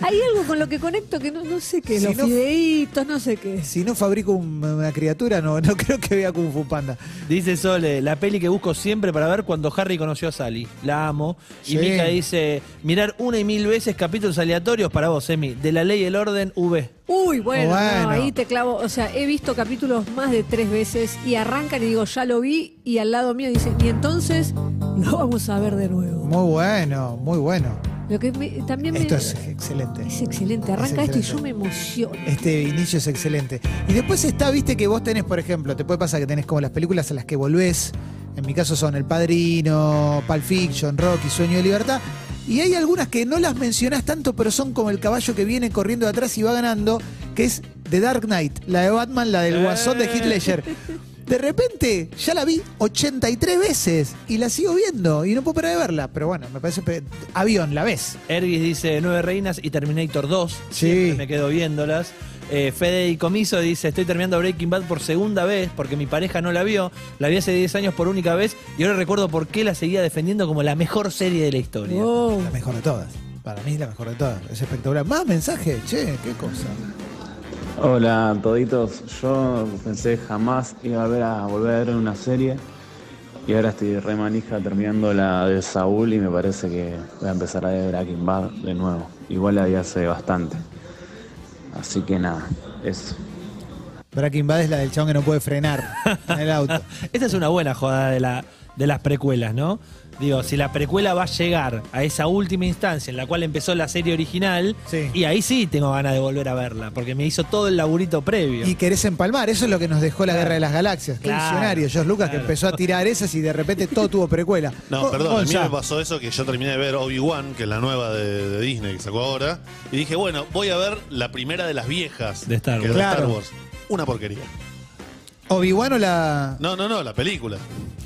[SPEAKER 3] Hay algo con lo que conecto que no, no sé qué,
[SPEAKER 2] Si
[SPEAKER 3] los
[SPEAKER 2] no-
[SPEAKER 3] fideitos, no sé qué.
[SPEAKER 2] si no fabrico un- una criatura, no, no creo que vea Kung Fu Panda.
[SPEAKER 4] Dice Sole, la peli que busco siempre para ver cuando Harry conoció a Sally. La amo.
[SPEAKER 2] Sí.
[SPEAKER 4] Y Mika dice, mirar una y mil veces capítulos aleatorios para vos, Emi. De la ley y el orden, V.
[SPEAKER 3] Uy, bueno,
[SPEAKER 2] Bueno.
[SPEAKER 3] no, ahí te clavo. O sea, he visto capítulos más de tres veces y arrancan y digo, ya lo vi, y al lado mío dicen, y entonces lo vamos a ver de nuevo.
[SPEAKER 2] Muy bueno, muy bueno.
[SPEAKER 3] Lo que me- también me-
[SPEAKER 2] Esto es excelente.
[SPEAKER 3] es excelente, arranca
[SPEAKER 2] Es
[SPEAKER 3] esto y yo me
[SPEAKER 2] excelente.
[SPEAKER 3] emociono.
[SPEAKER 2] Este inicio es excelente. Y después está, viste, que vos tenés, por ejemplo, te puede pasar que tenés como las películas a las que volvés. En mi caso son El Padrino, Pulp Fiction, Rocky, Sueño de Libertad. Y hay algunas que no las mencionás tanto, pero son como el caballo que viene corriendo de atrás y va ganando, que es The Dark Knight, la de Batman, la del
[SPEAKER 4] Eh.
[SPEAKER 2] guasón de Heath Ledger. De repente, ya la vi 83 veces y la sigo viendo y no puedo parar de verla. Pero bueno, me parece... pe- Avión, la ves.
[SPEAKER 4] Ergis dice, Nueve Reinas y Terminator 2.
[SPEAKER 2] Sí.
[SPEAKER 4] Siempre me quedo viéndolas. Eh, Fede y Comiso dice, estoy terminando Breaking Bad por segunda vez porque mi pareja no la vio. La vi hace 10 años por única vez y ahora recuerdo por qué la seguía defendiendo como la mejor serie de la historia.
[SPEAKER 2] Oh.
[SPEAKER 3] Wow.
[SPEAKER 2] La mejor de todas. Para mí es la mejor de todas. Es espectacular. Más mensajes, che, qué cosa.
[SPEAKER 9] Hola a toditos, yo pensé jamás iba a ver a volver a ver una serie y ahora estoy re manija terminando la de Saúl y me parece que voy a empezar a ver Breaking Bad de nuevo. Igual la vi hace bastante. Así que nada, eso.
[SPEAKER 2] Breaking Bad es la del chabón que no puede frenar en el auto.
[SPEAKER 4] Esta es una buena joda de, la, de las precuelas, ¿no? Digo, si la precuela va a llegar a esa última instancia en la cual empezó la serie original,
[SPEAKER 2] Sí.
[SPEAKER 4] y ahí sí tengo ganas de volver a verla, porque me hizo todo el laburito previo.
[SPEAKER 2] Y querés empalmar, eso es lo que nos dejó la Guerra de las Galaxias. Qué
[SPEAKER 4] Claro,
[SPEAKER 2] visionario, George Lucas que
[SPEAKER 4] claro.
[SPEAKER 2] empezó a tirar esas y de repente todo tuvo precuela.
[SPEAKER 5] No,
[SPEAKER 2] Go-
[SPEAKER 5] perdón, a mí
[SPEAKER 2] Gonza,
[SPEAKER 5] me pasó eso que yo terminé de ver Obi-Wan, que es la nueva de, de Disney que sacó ahora, y dije, bueno, voy a ver la primera de las viejas
[SPEAKER 4] De Star
[SPEAKER 5] que es
[SPEAKER 4] Wars.
[SPEAKER 2] Claro.
[SPEAKER 5] Wars. Una porquería.
[SPEAKER 2] Obi-Wan o la,
[SPEAKER 5] No, no, no, la película.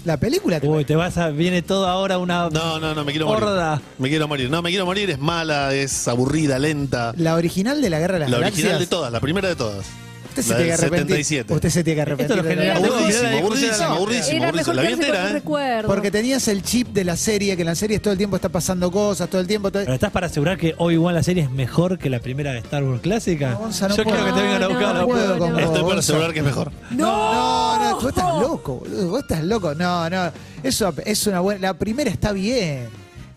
[SPEAKER 2] la película. te-
[SPEAKER 4] Uy, te vas a. Viene todo ahora una.
[SPEAKER 5] No, no, no, me quiero
[SPEAKER 4] Horda.
[SPEAKER 5] morir. Me quiero morir. No, me quiero morir, es mala, es aburrida, lenta.
[SPEAKER 2] La original de la Guerra de las
[SPEAKER 5] La
[SPEAKER 2] Galaxias.
[SPEAKER 5] original de todas, la primera de todas.
[SPEAKER 2] Usted se
[SPEAKER 5] la
[SPEAKER 2] tiene que
[SPEAKER 5] del
[SPEAKER 2] arrepentir.
[SPEAKER 5] 77.
[SPEAKER 2] Usted se tiene que arrepentir.
[SPEAKER 4] Esto lo
[SPEAKER 2] de la-
[SPEAKER 4] genera
[SPEAKER 3] Era
[SPEAKER 5] Aburridísimo,
[SPEAKER 4] mejor-
[SPEAKER 5] aburridísimo,
[SPEAKER 4] Era
[SPEAKER 5] aburridísimo,
[SPEAKER 3] Era
[SPEAKER 5] aburridísimo.
[SPEAKER 3] mejor
[SPEAKER 5] La
[SPEAKER 3] que
[SPEAKER 5] vi
[SPEAKER 3] hace con
[SPEAKER 5] entera,
[SPEAKER 3] un
[SPEAKER 5] ¿eh?
[SPEAKER 3] recuerdo.
[SPEAKER 2] Porque tenías el chip de la serie, que en la serie todo el tiempo está pasando cosas, todo el tiempo. todo-
[SPEAKER 4] ¿Pero estás para asegurar que hoy igual la serie es mejor que la primera de Star Wars clásica?
[SPEAKER 2] No, Gonza, no
[SPEAKER 4] Yo
[SPEAKER 2] puedo.
[SPEAKER 4] quiero que te vengan a
[SPEAKER 3] No,
[SPEAKER 4] buscar.
[SPEAKER 3] no
[SPEAKER 4] a-
[SPEAKER 3] puedo.
[SPEAKER 2] vos,
[SPEAKER 5] Estoy para
[SPEAKER 2] Gonza.
[SPEAKER 5] asegurar que es mejor.
[SPEAKER 2] No, no, tú estás loco, boludo. Vos estás loco. No, no. Eso es una buena. La primera está bien.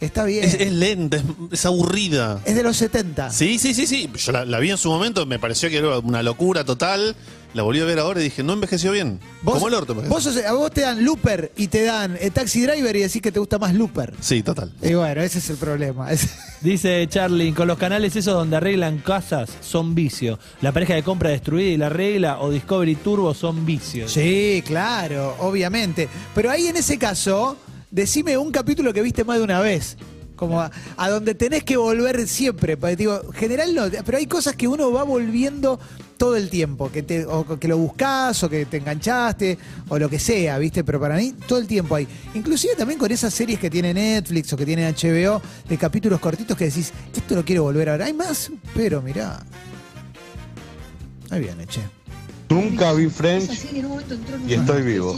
[SPEAKER 2] Está bien.
[SPEAKER 5] Es,
[SPEAKER 2] Es,
[SPEAKER 5] es lenta, es, es aburrida.
[SPEAKER 2] de los 70.
[SPEAKER 5] Sí, sí, sí, sí. Yo la, la vi en su momento, me pareció que era una locura total. La volví a ver ahora y dije, no envejeció bien.
[SPEAKER 2] Vos-
[SPEAKER 5] Como el orto. me parece.
[SPEAKER 2] vos sos- a vos te dan Looper y te dan eh, Taxi Driver y decís que te gusta más Looper.
[SPEAKER 5] Sí, total.
[SPEAKER 2] Y bueno, ese es el problema. Es-
[SPEAKER 4] Dice Charlie, con los canales esos donde arreglan casas son vicio. La pareja de compra destruida y la regla o Discovery Turbo son vicios.
[SPEAKER 2] Sí, claro, obviamente. Pero ahí en ese caso, decime un capítulo que viste más de una vez. Como a, a donde tenés que volver siempre. Pa- Digo, general no, pero hay cosas que uno va volviendo todo el tiempo. Que te, o que lo buscás, o que te enganchaste, o lo que sea, ¿viste? Pero para mí, todo el tiempo hay. Inclusive también con esas series que tiene Netflix o que tiene HBO, de capítulos cortitos que decís, esto lo quiero volver a ver. Hay más, pero mirá. Ahí viene, che.
[SPEAKER 9] Nunca vi French y estoy vivo.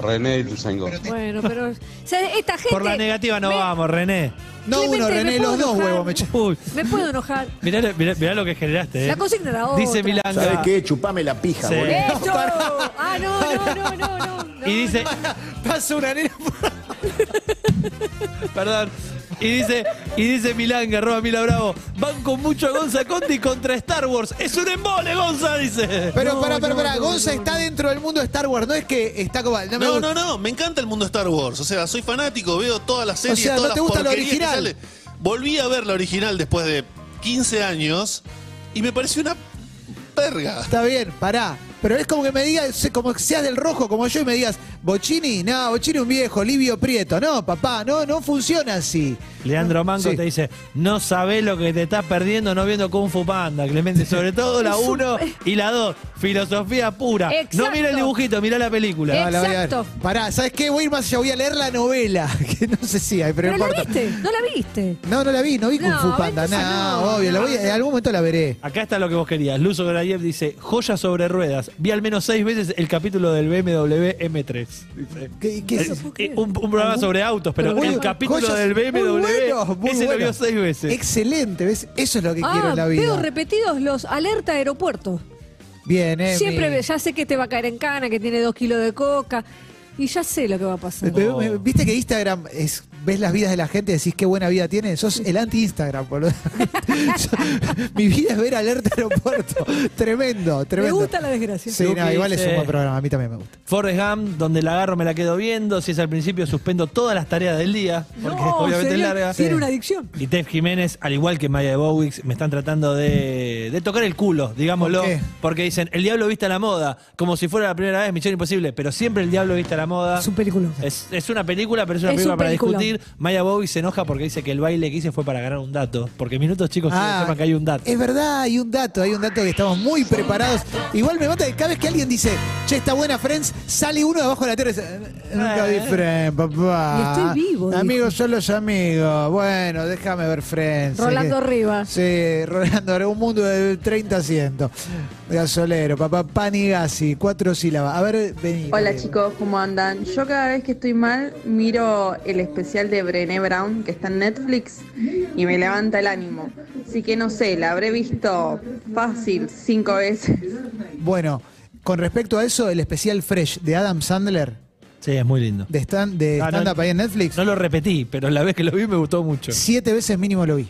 [SPEAKER 9] René Ituzaingó.
[SPEAKER 3] Bueno, pero. o sea, esta gente.
[SPEAKER 4] Por la negativa no
[SPEAKER 3] me-
[SPEAKER 4] vamos, René.
[SPEAKER 2] No
[SPEAKER 3] Clemente,
[SPEAKER 2] uno,
[SPEAKER 3] ¿me
[SPEAKER 2] René,
[SPEAKER 3] puedo
[SPEAKER 2] los dos
[SPEAKER 3] enojar?
[SPEAKER 2] huevos me eché.
[SPEAKER 4] Uy,
[SPEAKER 3] Me puedo enojar.
[SPEAKER 4] mirá, lo- mirá- mirá lo que generaste. eh.
[SPEAKER 3] La consigna era otra.
[SPEAKER 4] Dice Milanga.
[SPEAKER 10] ¿Sabes qué? Chupame la pija,
[SPEAKER 4] Sí.
[SPEAKER 10] boludo.
[SPEAKER 3] ¡Eso! ¡Ah, no, no, no, no, no! no,
[SPEAKER 4] Y dice,
[SPEAKER 2] Pasa una nena por-
[SPEAKER 4] perdón. Y dice, y dice Milanga, arroba Mila Bravo, van con mucho a Gonza Conti contra Star Wars. ¡Es un embole, Gonza! Dice.
[SPEAKER 2] Pero
[SPEAKER 3] No,
[SPEAKER 2] pará, pará,
[SPEAKER 3] no,
[SPEAKER 2] pará.
[SPEAKER 3] no,
[SPEAKER 2] Gonza
[SPEAKER 3] no,
[SPEAKER 2] está dentro del mundo de Star Wars. No es que está como. No, me
[SPEAKER 5] No,
[SPEAKER 2] gusta.
[SPEAKER 5] no, no, me encanta el mundo Star Wars. O sea, soy fanático, veo todas las series,
[SPEAKER 2] sea, ¿no
[SPEAKER 5] todas
[SPEAKER 2] te
[SPEAKER 5] las
[SPEAKER 2] gusta la
[SPEAKER 5] porquerías que
[SPEAKER 2] original?
[SPEAKER 5] sale. Volví a ver la original después de 15 años y me pareció una verga.
[SPEAKER 2] Está bien, pará. Pero es como que me digas, como que seas del rojo como yo y me digas, Bochini, no, Bochini un viejo, Livio Prieto. No, papá, no, no funciona así.
[SPEAKER 4] Leandro Manco
[SPEAKER 2] Sí.
[SPEAKER 4] te dice, no sabés lo que te estás perdiendo no viendo Kung Fu Panda, Clemente. Sobre todo la
[SPEAKER 3] Es un-
[SPEAKER 4] 1 y la 2. Filosofía pura. No
[SPEAKER 3] Exacto.
[SPEAKER 4] mira el dibujito, mira la película.
[SPEAKER 2] No, la voy a ver.
[SPEAKER 3] Exacto.
[SPEAKER 2] Pará, ¿sabes qué? Voy a ir más allá, voy a leer la novela. Que no sé si hay, pero,
[SPEAKER 3] ¿Pero
[SPEAKER 2] no
[SPEAKER 3] la
[SPEAKER 2] importa.
[SPEAKER 3] viste? ¿No la viste?
[SPEAKER 2] No, no la vi, no vi Kung
[SPEAKER 3] No,
[SPEAKER 2] Fu Panda.
[SPEAKER 3] entonces
[SPEAKER 2] No,
[SPEAKER 3] no,
[SPEAKER 2] obvio, la voy a-
[SPEAKER 3] no.
[SPEAKER 2] en algún momento la veré.
[SPEAKER 4] Acá está lo que vos querías. Luz Grayev dice, joya sobre ruedas. Vi al menos seis veces el capítulo del BMW M3. Dice.
[SPEAKER 2] ¿Qué, qué es-
[SPEAKER 4] Eh, eh, un, un programa sobre autos, pero
[SPEAKER 2] Muy
[SPEAKER 4] el
[SPEAKER 2] bueno.
[SPEAKER 4] capítulo
[SPEAKER 2] Joyas-
[SPEAKER 4] del BMW
[SPEAKER 2] muy bueno, muy
[SPEAKER 4] ese lo
[SPEAKER 2] bueno.
[SPEAKER 4] vio seis veces.
[SPEAKER 2] Excelente, ¿ves? Eso es lo que quiero
[SPEAKER 3] Ah,
[SPEAKER 2] en la vida.
[SPEAKER 3] veo repetidos los alerta aeropuerto.
[SPEAKER 2] Bien, eh.
[SPEAKER 3] Siempre
[SPEAKER 2] mi-
[SPEAKER 3] ve- ya sé que te va a caer en cana, que tiene dos kilos de coca. Y ya sé lo que va a pasar.
[SPEAKER 2] Ve- ve- Viste que Instagram es, ves las vidas de la gente y decís qué buena vida tiene. Sos el anti-Instagram, boludo. Yo- Mi vida es ver alerta aeropuerto. Tremendo,
[SPEAKER 3] Me
[SPEAKER 2] tremendo.
[SPEAKER 3] gusta la desgracia.
[SPEAKER 2] Sí, no,
[SPEAKER 4] Luqui
[SPEAKER 2] igual es
[SPEAKER 4] dice-
[SPEAKER 2] un buen programa, a mí también me gusta.
[SPEAKER 4] Forrest Gump, donde la agarro me la quedo viendo. Si es al principio, suspendo todas las tareas del día, porque
[SPEAKER 3] No,
[SPEAKER 4] obviamente es
[SPEAKER 3] señor,
[SPEAKER 4] larga.
[SPEAKER 3] Tiene una adicción.
[SPEAKER 4] Y Tef Jiménez, al igual que Maya de Bowix, me están tratando de, de tocar el culo, digámoslo.
[SPEAKER 2] ¿Por qué?
[SPEAKER 4] Porque dicen, el diablo viste a la moda, como si fuera la primera vez, Misión Imposible, pero siempre el diablo viste a la moda.
[SPEAKER 3] Es un película.
[SPEAKER 4] Es, es una película, pero es una
[SPEAKER 3] Es
[SPEAKER 4] película
[SPEAKER 3] un
[SPEAKER 4] para
[SPEAKER 3] peliculón.
[SPEAKER 4] discutir. Maya Bowix se enoja porque dice que el baile que hice fue para ganar un dato. Porque minutos, chicos,
[SPEAKER 2] Ah,
[SPEAKER 4] se sepan que hay un dato.
[SPEAKER 2] Es verdad, hay un dato, hay un dato que estamos muy preparados. Igual me mata que cada vez que alguien dice, che, está buena Friends, sale uno de abajo de la tierra y dice, "Eh, nunca vi
[SPEAKER 4] Eh.
[SPEAKER 2] Friends, papá.
[SPEAKER 3] Y estoy vivo,
[SPEAKER 2] Amigos son los amigos. Bueno, déjame ver Friends.
[SPEAKER 3] Rolando
[SPEAKER 2] Sí,
[SPEAKER 3] Rivas.
[SPEAKER 2] Sí, Rolando, era un mundo de 30 asientos. Gasolero, papá, pan y gas y cuatro sílabas. A ver, vení. eh,
[SPEAKER 1] Hola
[SPEAKER 2] vení.
[SPEAKER 1] chicos, ¿cómo andan? Yo cada vez que estoy mal miro el especial de Brené Brown que está en Netflix y me levanta el ánimo. Así que no sé, la habré visto fácil cinco veces.
[SPEAKER 2] Bueno, con respecto a eso, el especial Fresh de Adam Sandler,
[SPEAKER 4] Sí, es muy lindo.
[SPEAKER 2] de stand de
[SPEAKER 4] Ah, no,
[SPEAKER 2] stand-up ahí en Netflix,
[SPEAKER 4] No lo repetí, pero la vez que lo vi me gustó mucho.
[SPEAKER 2] siete veces mínimo lo vi.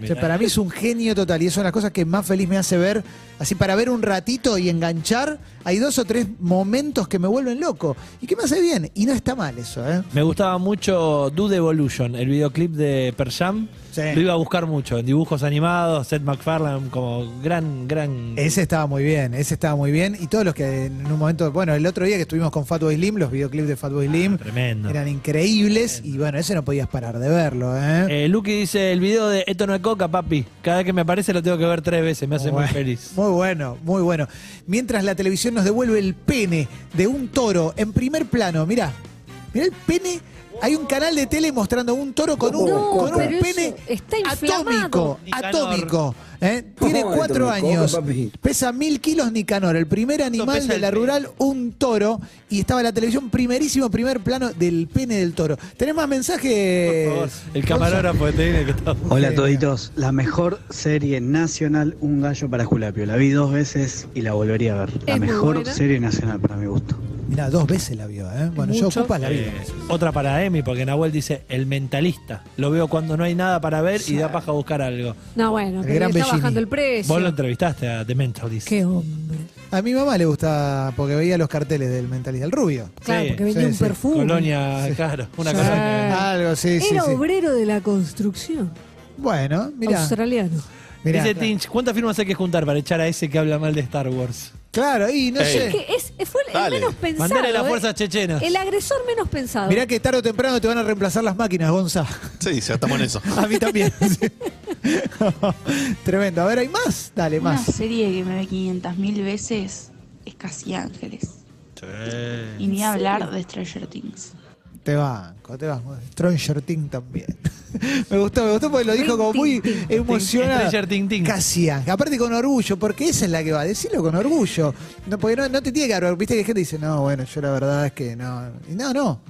[SPEAKER 2] O sea, para mí es un genio total y es una de las cosas que más feliz me hace ver. Así para ver un ratito y enganchar, hay dos o tres momentos que me vuelven loco y que me hace bien. Y no está mal eso, ¿eh?
[SPEAKER 4] Me gustaba mucho Dude Evolution, el videoclip de Per Jam.
[SPEAKER 2] Sí.
[SPEAKER 4] Lo iba a buscar mucho en dibujos animados, Seth MacFarlane como gran, gran.
[SPEAKER 2] Ese estaba muy bien, ese estaba muy bien. Y todos los que en un momento, bueno, el otro día que estuvimos con Fatboy Slim, los videoclips de Fatboy Slim
[SPEAKER 4] Ah, Tremendo.
[SPEAKER 2] eran increíbles y bueno, ese no podías parar de verlo, ¿eh?
[SPEAKER 4] Eh, Lucky dice: el video de Esto no es coca, papi. Cada vez que me aparece lo tengo que ver tres veces, me hace muy
[SPEAKER 2] Bueno.
[SPEAKER 4] feliz.
[SPEAKER 2] Muy bueno, muy bueno. Mientras la televisión nos devuelve el pene de un toro en primer plano, mirá, mirá el pene. Hay un canal de tele mostrando un toro con un,
[SPEAKER 3] No,
[SPEAKER 2] con un
[SPEAKER 3] pero eso
[SPEAKER 2] pene
[SPEAKER 3] está inflamado.
[SPEAKER 2] atómico. Atómico. ¿eh? Tiene
[SPEAKER 10] No,
[SPEAKER 2] cuatro
[SPEAKER 10] esto me
[SPEAKER 2] años.
[SPEAKER 10] coca, papi.
[SPEAKER 2] Pesa mil kilos Nicanor, el primer animal
[SPEAKER 4] pesa
[SPEAKER 2] de
[SPEAKER 4] el
[SPEAKER 2] la
[SPEAKER 4] pene?
[SPEAKER 2] rural, un toro. Y estaba la televisión primerísimo, primer plano del pene del toro. ¿Tenés más mensajes?
[SPEAKER 4] Por favor, el camarógrafo que te viene que está-
[SPEAKER 10] Hola toditos, la mejor serie nacional Un gallo para Julapio. La vi dos veces y la volvería a ver. La
[SPEAKER 3] Es muy
[SPEAKER 10] mejor
[SPEAKER 3] buena.
[SPEAKER 10] serie nacional para mi gusto.
[SPEAKER 2] Mirá, dos veces la vio, ¿eh? Bueno,
[SPEAKER 3] Mucho.
[SPEAKER 2] yo ocupas la vi.
[SPEAKER 4] Eh, otra para Emi, porque Nahuel dice el mentalista. Lo veo cuando no hay nada para ver y da paja a buscar algo.
[SPEAKER 3] No, bueno,
[SPEAKER 2] El
[SPEAKER 3] pero
[SPEAKER 2] gran
[SPEAKER 3] está
[SPEAKER 2] Bellini.
[SPEAKER 3] bajando el precio.
[SPEAKER 4] Vos lo entrevistaste a The Mentalist.
[SPEAKER 3] Qué hombre.
[SPEAKER 2] A mi mamá le gustaba porque veía los carteles del mentalista, el rubio.
[SPEAKER 3] Claro,
[SPEAKER 4] Sí,
[SPEAKER 3] porque vendía
[SPEAKER 2] sí,
[SPEAKER 3] un
[SPEAKER 2] sí.
[SPEAKER 3] perfume.
[SPEAKER 4] Colonia, claro, una
[SPEAKER 3] Sí.
[SPEAKER 4] colonia.
[SPEAKER 3] Ah,
[SPEAKER 2] Algo, sí, sí,
[SPEAKER 3] Era
[SPEAKER 2] sí.
[SPEAKER 3] obrero de la construcción.
[SPEAKER 2] Bueno, mirá.
[SPEAKER 3] Australiano.
[SPEAKER 2] mirá.
[SPEAKER 4] Dice Tinch, ¿cuántas firmas hay que juntar para echar a ese que habla mal de Star Wars?
[SPEAKER 2] Claro, y no
[SPEAKER 5] Ey.
[SPEAKER 2] sé.
[SPEAKER 3] Que es, fue el,
[SPEAKER 5] Dale.
[SPEAKER 3] menos pensado.
[SPEAKER 4] Mandale a las
[SPEAKER 3] ¿eh?
[SPEAKER 4] fuerzas chechenas.
[SPEAKER 3] El agresor menos pensado.
[SPEAKER 2] Mirá que tarde o temprano te van a reemplazar las máquinas, Gonza.
[SPEAKER 5] Sí, ya estamos en eso.
[SPEAKER 2] A mí también. sí. Tremendo. A ver, ¿hay más? Dale,
[SPEAKER 11] Una
[SPEAKER 2] más.
[SPEAKER 11] serie que me ve 500.000 veces es Casi Ángeles. Y ni hablar de Stranger Things.
[SPEAKER 2] Te banco, te banco. Stranger Things también. me gustó, me gustó porque lo dijo como muy emocionado.
[SPEAKER 4] Stranger Ting Ting.
[SPEAKER 2] Casi ángel. Aparte con orgullo, porque esa es la que va. Decirlo con orgullo. No, porque no, no te tiene que hablar. Viste que hay gente que dice, no, bueno, yo la verdad es que no. Y no, no.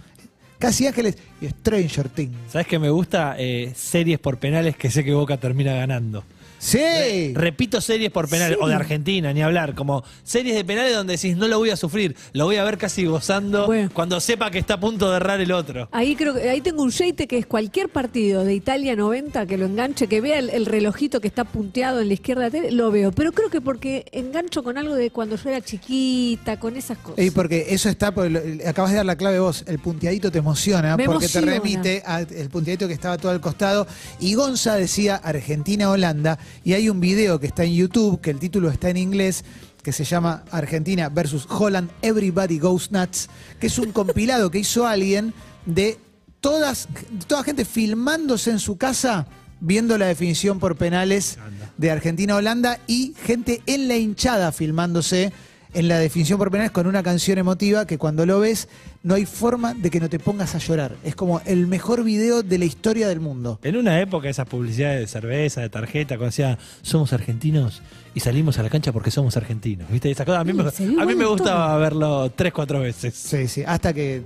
[SPEAKER 2] Casi Ángeles y Stranger Things.
[SPEAKER 4] ¿Sabes qué me gusta? Eh, series por penales que sé que Boca termina ganando.
[SPEAKER 2] ¡Sí!
[SPEAKER 4] Repito, series por penales, o de Argentina, ni hablar. Como series de penales donde decís, no lo voy a sufrir, lo voy a ver casi gozando
[SPEAKER 3] Bueno.
[SPEAKER 4] cuando sepa que está a punto de errar el otro.
[SPEAKER 3] Ahí creo que ahí tengo un jeite que es cualquier partido de Italia 90 que lo enganche, que vea el, el relojito que está punteado en la izquierda de la tele, lo veo. Pero creo que porque engancho con algo de cuando yo era chiquita, con esas cosas.
[SPEAKER 2] Y porque eso está, por el- acabas de dar la clave vos, el punteadito te emociona
[SPEAKER 3] Me
[SPEAKER 2] porque
[SPEAKER 3] emociona.
[SPEAKER 2] te remite al punteadito que estaba todo al costado. Y Gonza decía Argentina-Holanda y hay un video que está en YouTube, que el título está en inglés, que se llama Argentina versus Holland, Everybody Goes Nuts, que es un compilado que hizo alguien de todas, toda gente filmándose en su casa viendo la definición por penales de Argentina-Holanda y gente en la hinchada filmándose en la definición por penales con una canción emotiva que cuando lo ves no hay forma de que no te pongas a llorar. Es como el mejor video de la historia del mundo.
[SPEAKER 4] En una época esas publicidades de cerveza, de tarjeta, cuando decía, somos argentinos y salimos a la cancha porque somos argentinos. ¿Viste? Esas cosas a mí,
[SPEAKER 3] Sí,
[SPEAKER 4] me,
[SPEAKER 3] se dio
[SPEAKER 4] a mí me
[SPEAKER 3] vuelta.
[SPEAKER 4] gustaba verlo tres, cuatro veces.
[SPEAKER 2] Sí, sí, hasta que...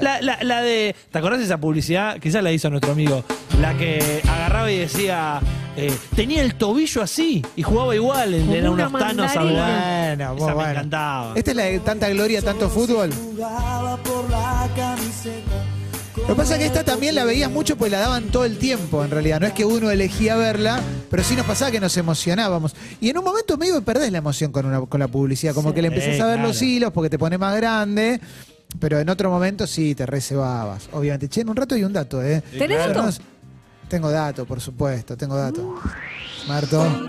[SPEAKER 4] La, la- la de. ¿Te acordás de esa publicidad? Quizás la hizo nuestro amigo. La que agarraba y decía. eh, tenía el tobillo así y jugaba igual.
[SPEAKER 3] Como
[SPEAKER 4] Eran
[SPEAKER 3] una
[SPEAKER 4] unos tanos
[SPEAKER 3] mandarina.
[SPEAKER 4] arrugados.
[SPEAKER 2] Bueno,
[SPEAKER 4] Esa me
[SPEAKER 2] bueno.
[SPEAKER 4] encantaba.
[SPEAKER 2] Esta es la de tanta gloria, tanto fútbol. Lo que pasa es que esta también la veías mucho pues la daban todo el tiempo en realidad. No es que uno elegía verla, pero sí nos pasaba que nos emocionábamos. Y en un momento medio perdés la emoción con, una- con la publicidad, como que le empezás
[SPEAKER 4] Sí,
[SPEAKER 2] a ver
[SPEAKER 4] claro.
[SPEAKER 2] los hilos porque te pones más grande. Pero en otro momento sí, te recebabas, obviamente. Che, en un rato hay un dato, ¿eh?
[SPEAKER 3] ¿Tenés
[SPEAKER 2] Yo
[SPEAKER 3] dato?
[SPEAKER 2] no sé- Tengo dato, por supuesto, tengo dato. Marto.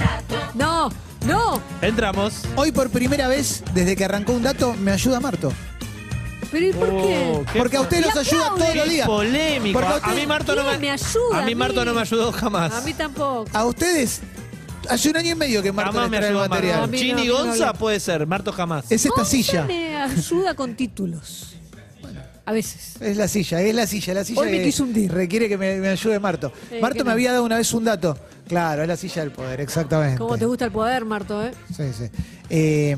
[SPEAKER 3] No, no,
[SPEAKER 4] Entramos.
[SPEAKER 2] Hoy por primera vez, desde que arrancó un dato, me ayuda Marto.
[SPEAKER 3] pero ¿y por qué?
[SPEAKER 4] Oh, qué
[SPEAKER 2] Porque a usted los
[SPEAKER 3] Le
[SPEAKER 2] ayuda
[SPEAKER 3] aplaude.
[SPEAKER 2] todos los
[SPEAKER 4] Qué
[SPEAKER 2] días.
[SPEAKER 4] polémico.
[SPEAKER 2] Porque a
[SPEAKER 4] A
[SPEAKER 2] usted-
[SPEAKER 4] mí Marto no
[SPEAKER 3] ¿Quién
[SPEAKER 4] me,
[SPEAKER 3] me ayuda
[SPEAKER 4] A
[SPEAKER 3] a
[SPEAKER 4] mí Marto
[SPEAKER 3] mí?
[SPEAKER 4] no me ayudó jamás.
[SPEAKER 3] A mí tampoco.
[SPEAKER 2] A ustedes, hace un año y medio que Marto
[SPEAKER 4] jamás
[SPEAKER 2] les
[SPEAKER 4] me
[SPEAKER 2] trae el
[SPEAKER 4] ayudó Marto.
[SPEAKER 2] material.
[SPEAKER 3] A mí no, a
[SPEAKER 4] Chini
[SPEAKER 3] mí no
[SPEAKER 4] Gonza
[SPEAKER 3] habla.
[SPEAKER 4] puede ser. Marto jamás.
[SPEAKER 2] Es esta
[SPEAKER 3] Gonza
[SPEAKER 2] silla.
[SPEAKER 3] me ayuda con títulos. A veces.
[SPEAKER 2] Es la silla, es la silla, la silla.
[SPEAKER 3] Hoy me
[SPEAKER 2] que
[SPEAKER 3] quiso hundir.
[SPEAKER 2] Requiere que me, me ayude Marto.
[SPEAKER 3] Eh,
[SPEAKER 2] Marto
[SPEAKER 3] que
[SPEAKER 2] me
[SPEAKER 3] no.
[SPEAKER 2] había dado una vez un dato. Claro, es la silla del poder, exactamente.
[SPEAKER 3] Como te gusta el poder, Marto, ¿eh?
[SPEAKER 2] Sí, sí. Eh,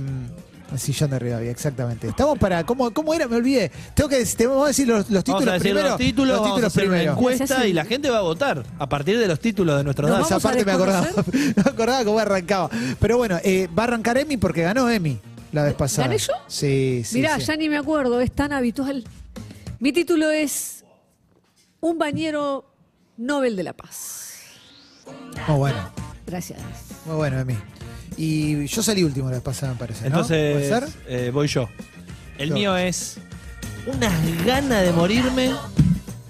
[SPEAKER 2] el sillón de Rivadavia, exactamente. Estamos para. ¿Cómo, cómo era? Me olvidé. Tengo que te vamos a decir los, los títulos
[SPEAKER 4] Vamos a decir
[SPEAKER 2] primero.
[SPEAKER 4] los títulos,
[SPEAKER 2] los
[SPEAKER 4] vamos a
[SPEAKER 2] títulos
[SPEAKER 4] hacer
[SPEAKER 2] primero.
[SPEAKER 4] una
[SPEAKER 3] Se hace
[SPEAKER 4] encuesta
[SPEAKER 3] un-
[SPEAKER 4] y la gente va a votar a partir de los títulos de nuestro
[SPEAKER 3] Nos
[SPEAKER 4] dato.
[SPEAKER 3] vamos
[SPEAKER 2] Esa
[SPEAKER 3] a
[SPEAKER 2] parte me acordaba. No acordaba cómo arrancaba. Pero bueno, eh, va a arrancar Emi porque ganó Emi la vez pasada.
[SPEAKER 3] ¿Gané yo?
[SPEAKER 2] Sí, sí.
[SPEAKER 3] Mirá,
[SPEAKER 2] sí.
[SPEAKER 3] ya ni me acuerdo, es tan habitual. Mi título es Un bañero Nobel de la Paz.
[SPEAKER 2] Muy bueno,
[SPEAKER 3] Gracias.
[SPEAKER 2] muy bueno, Emi. Y yo salí último la vez pasada, me parece. ¿no?
[SPEAKER 4] Entonces,
[SPEAKER 2] ¿Puede ser?
[SPEAKER 4] eh, voy yo. El
[SPEAKER 2] Yo.
[SPEAKER 4] mío es unas ganas de morirme.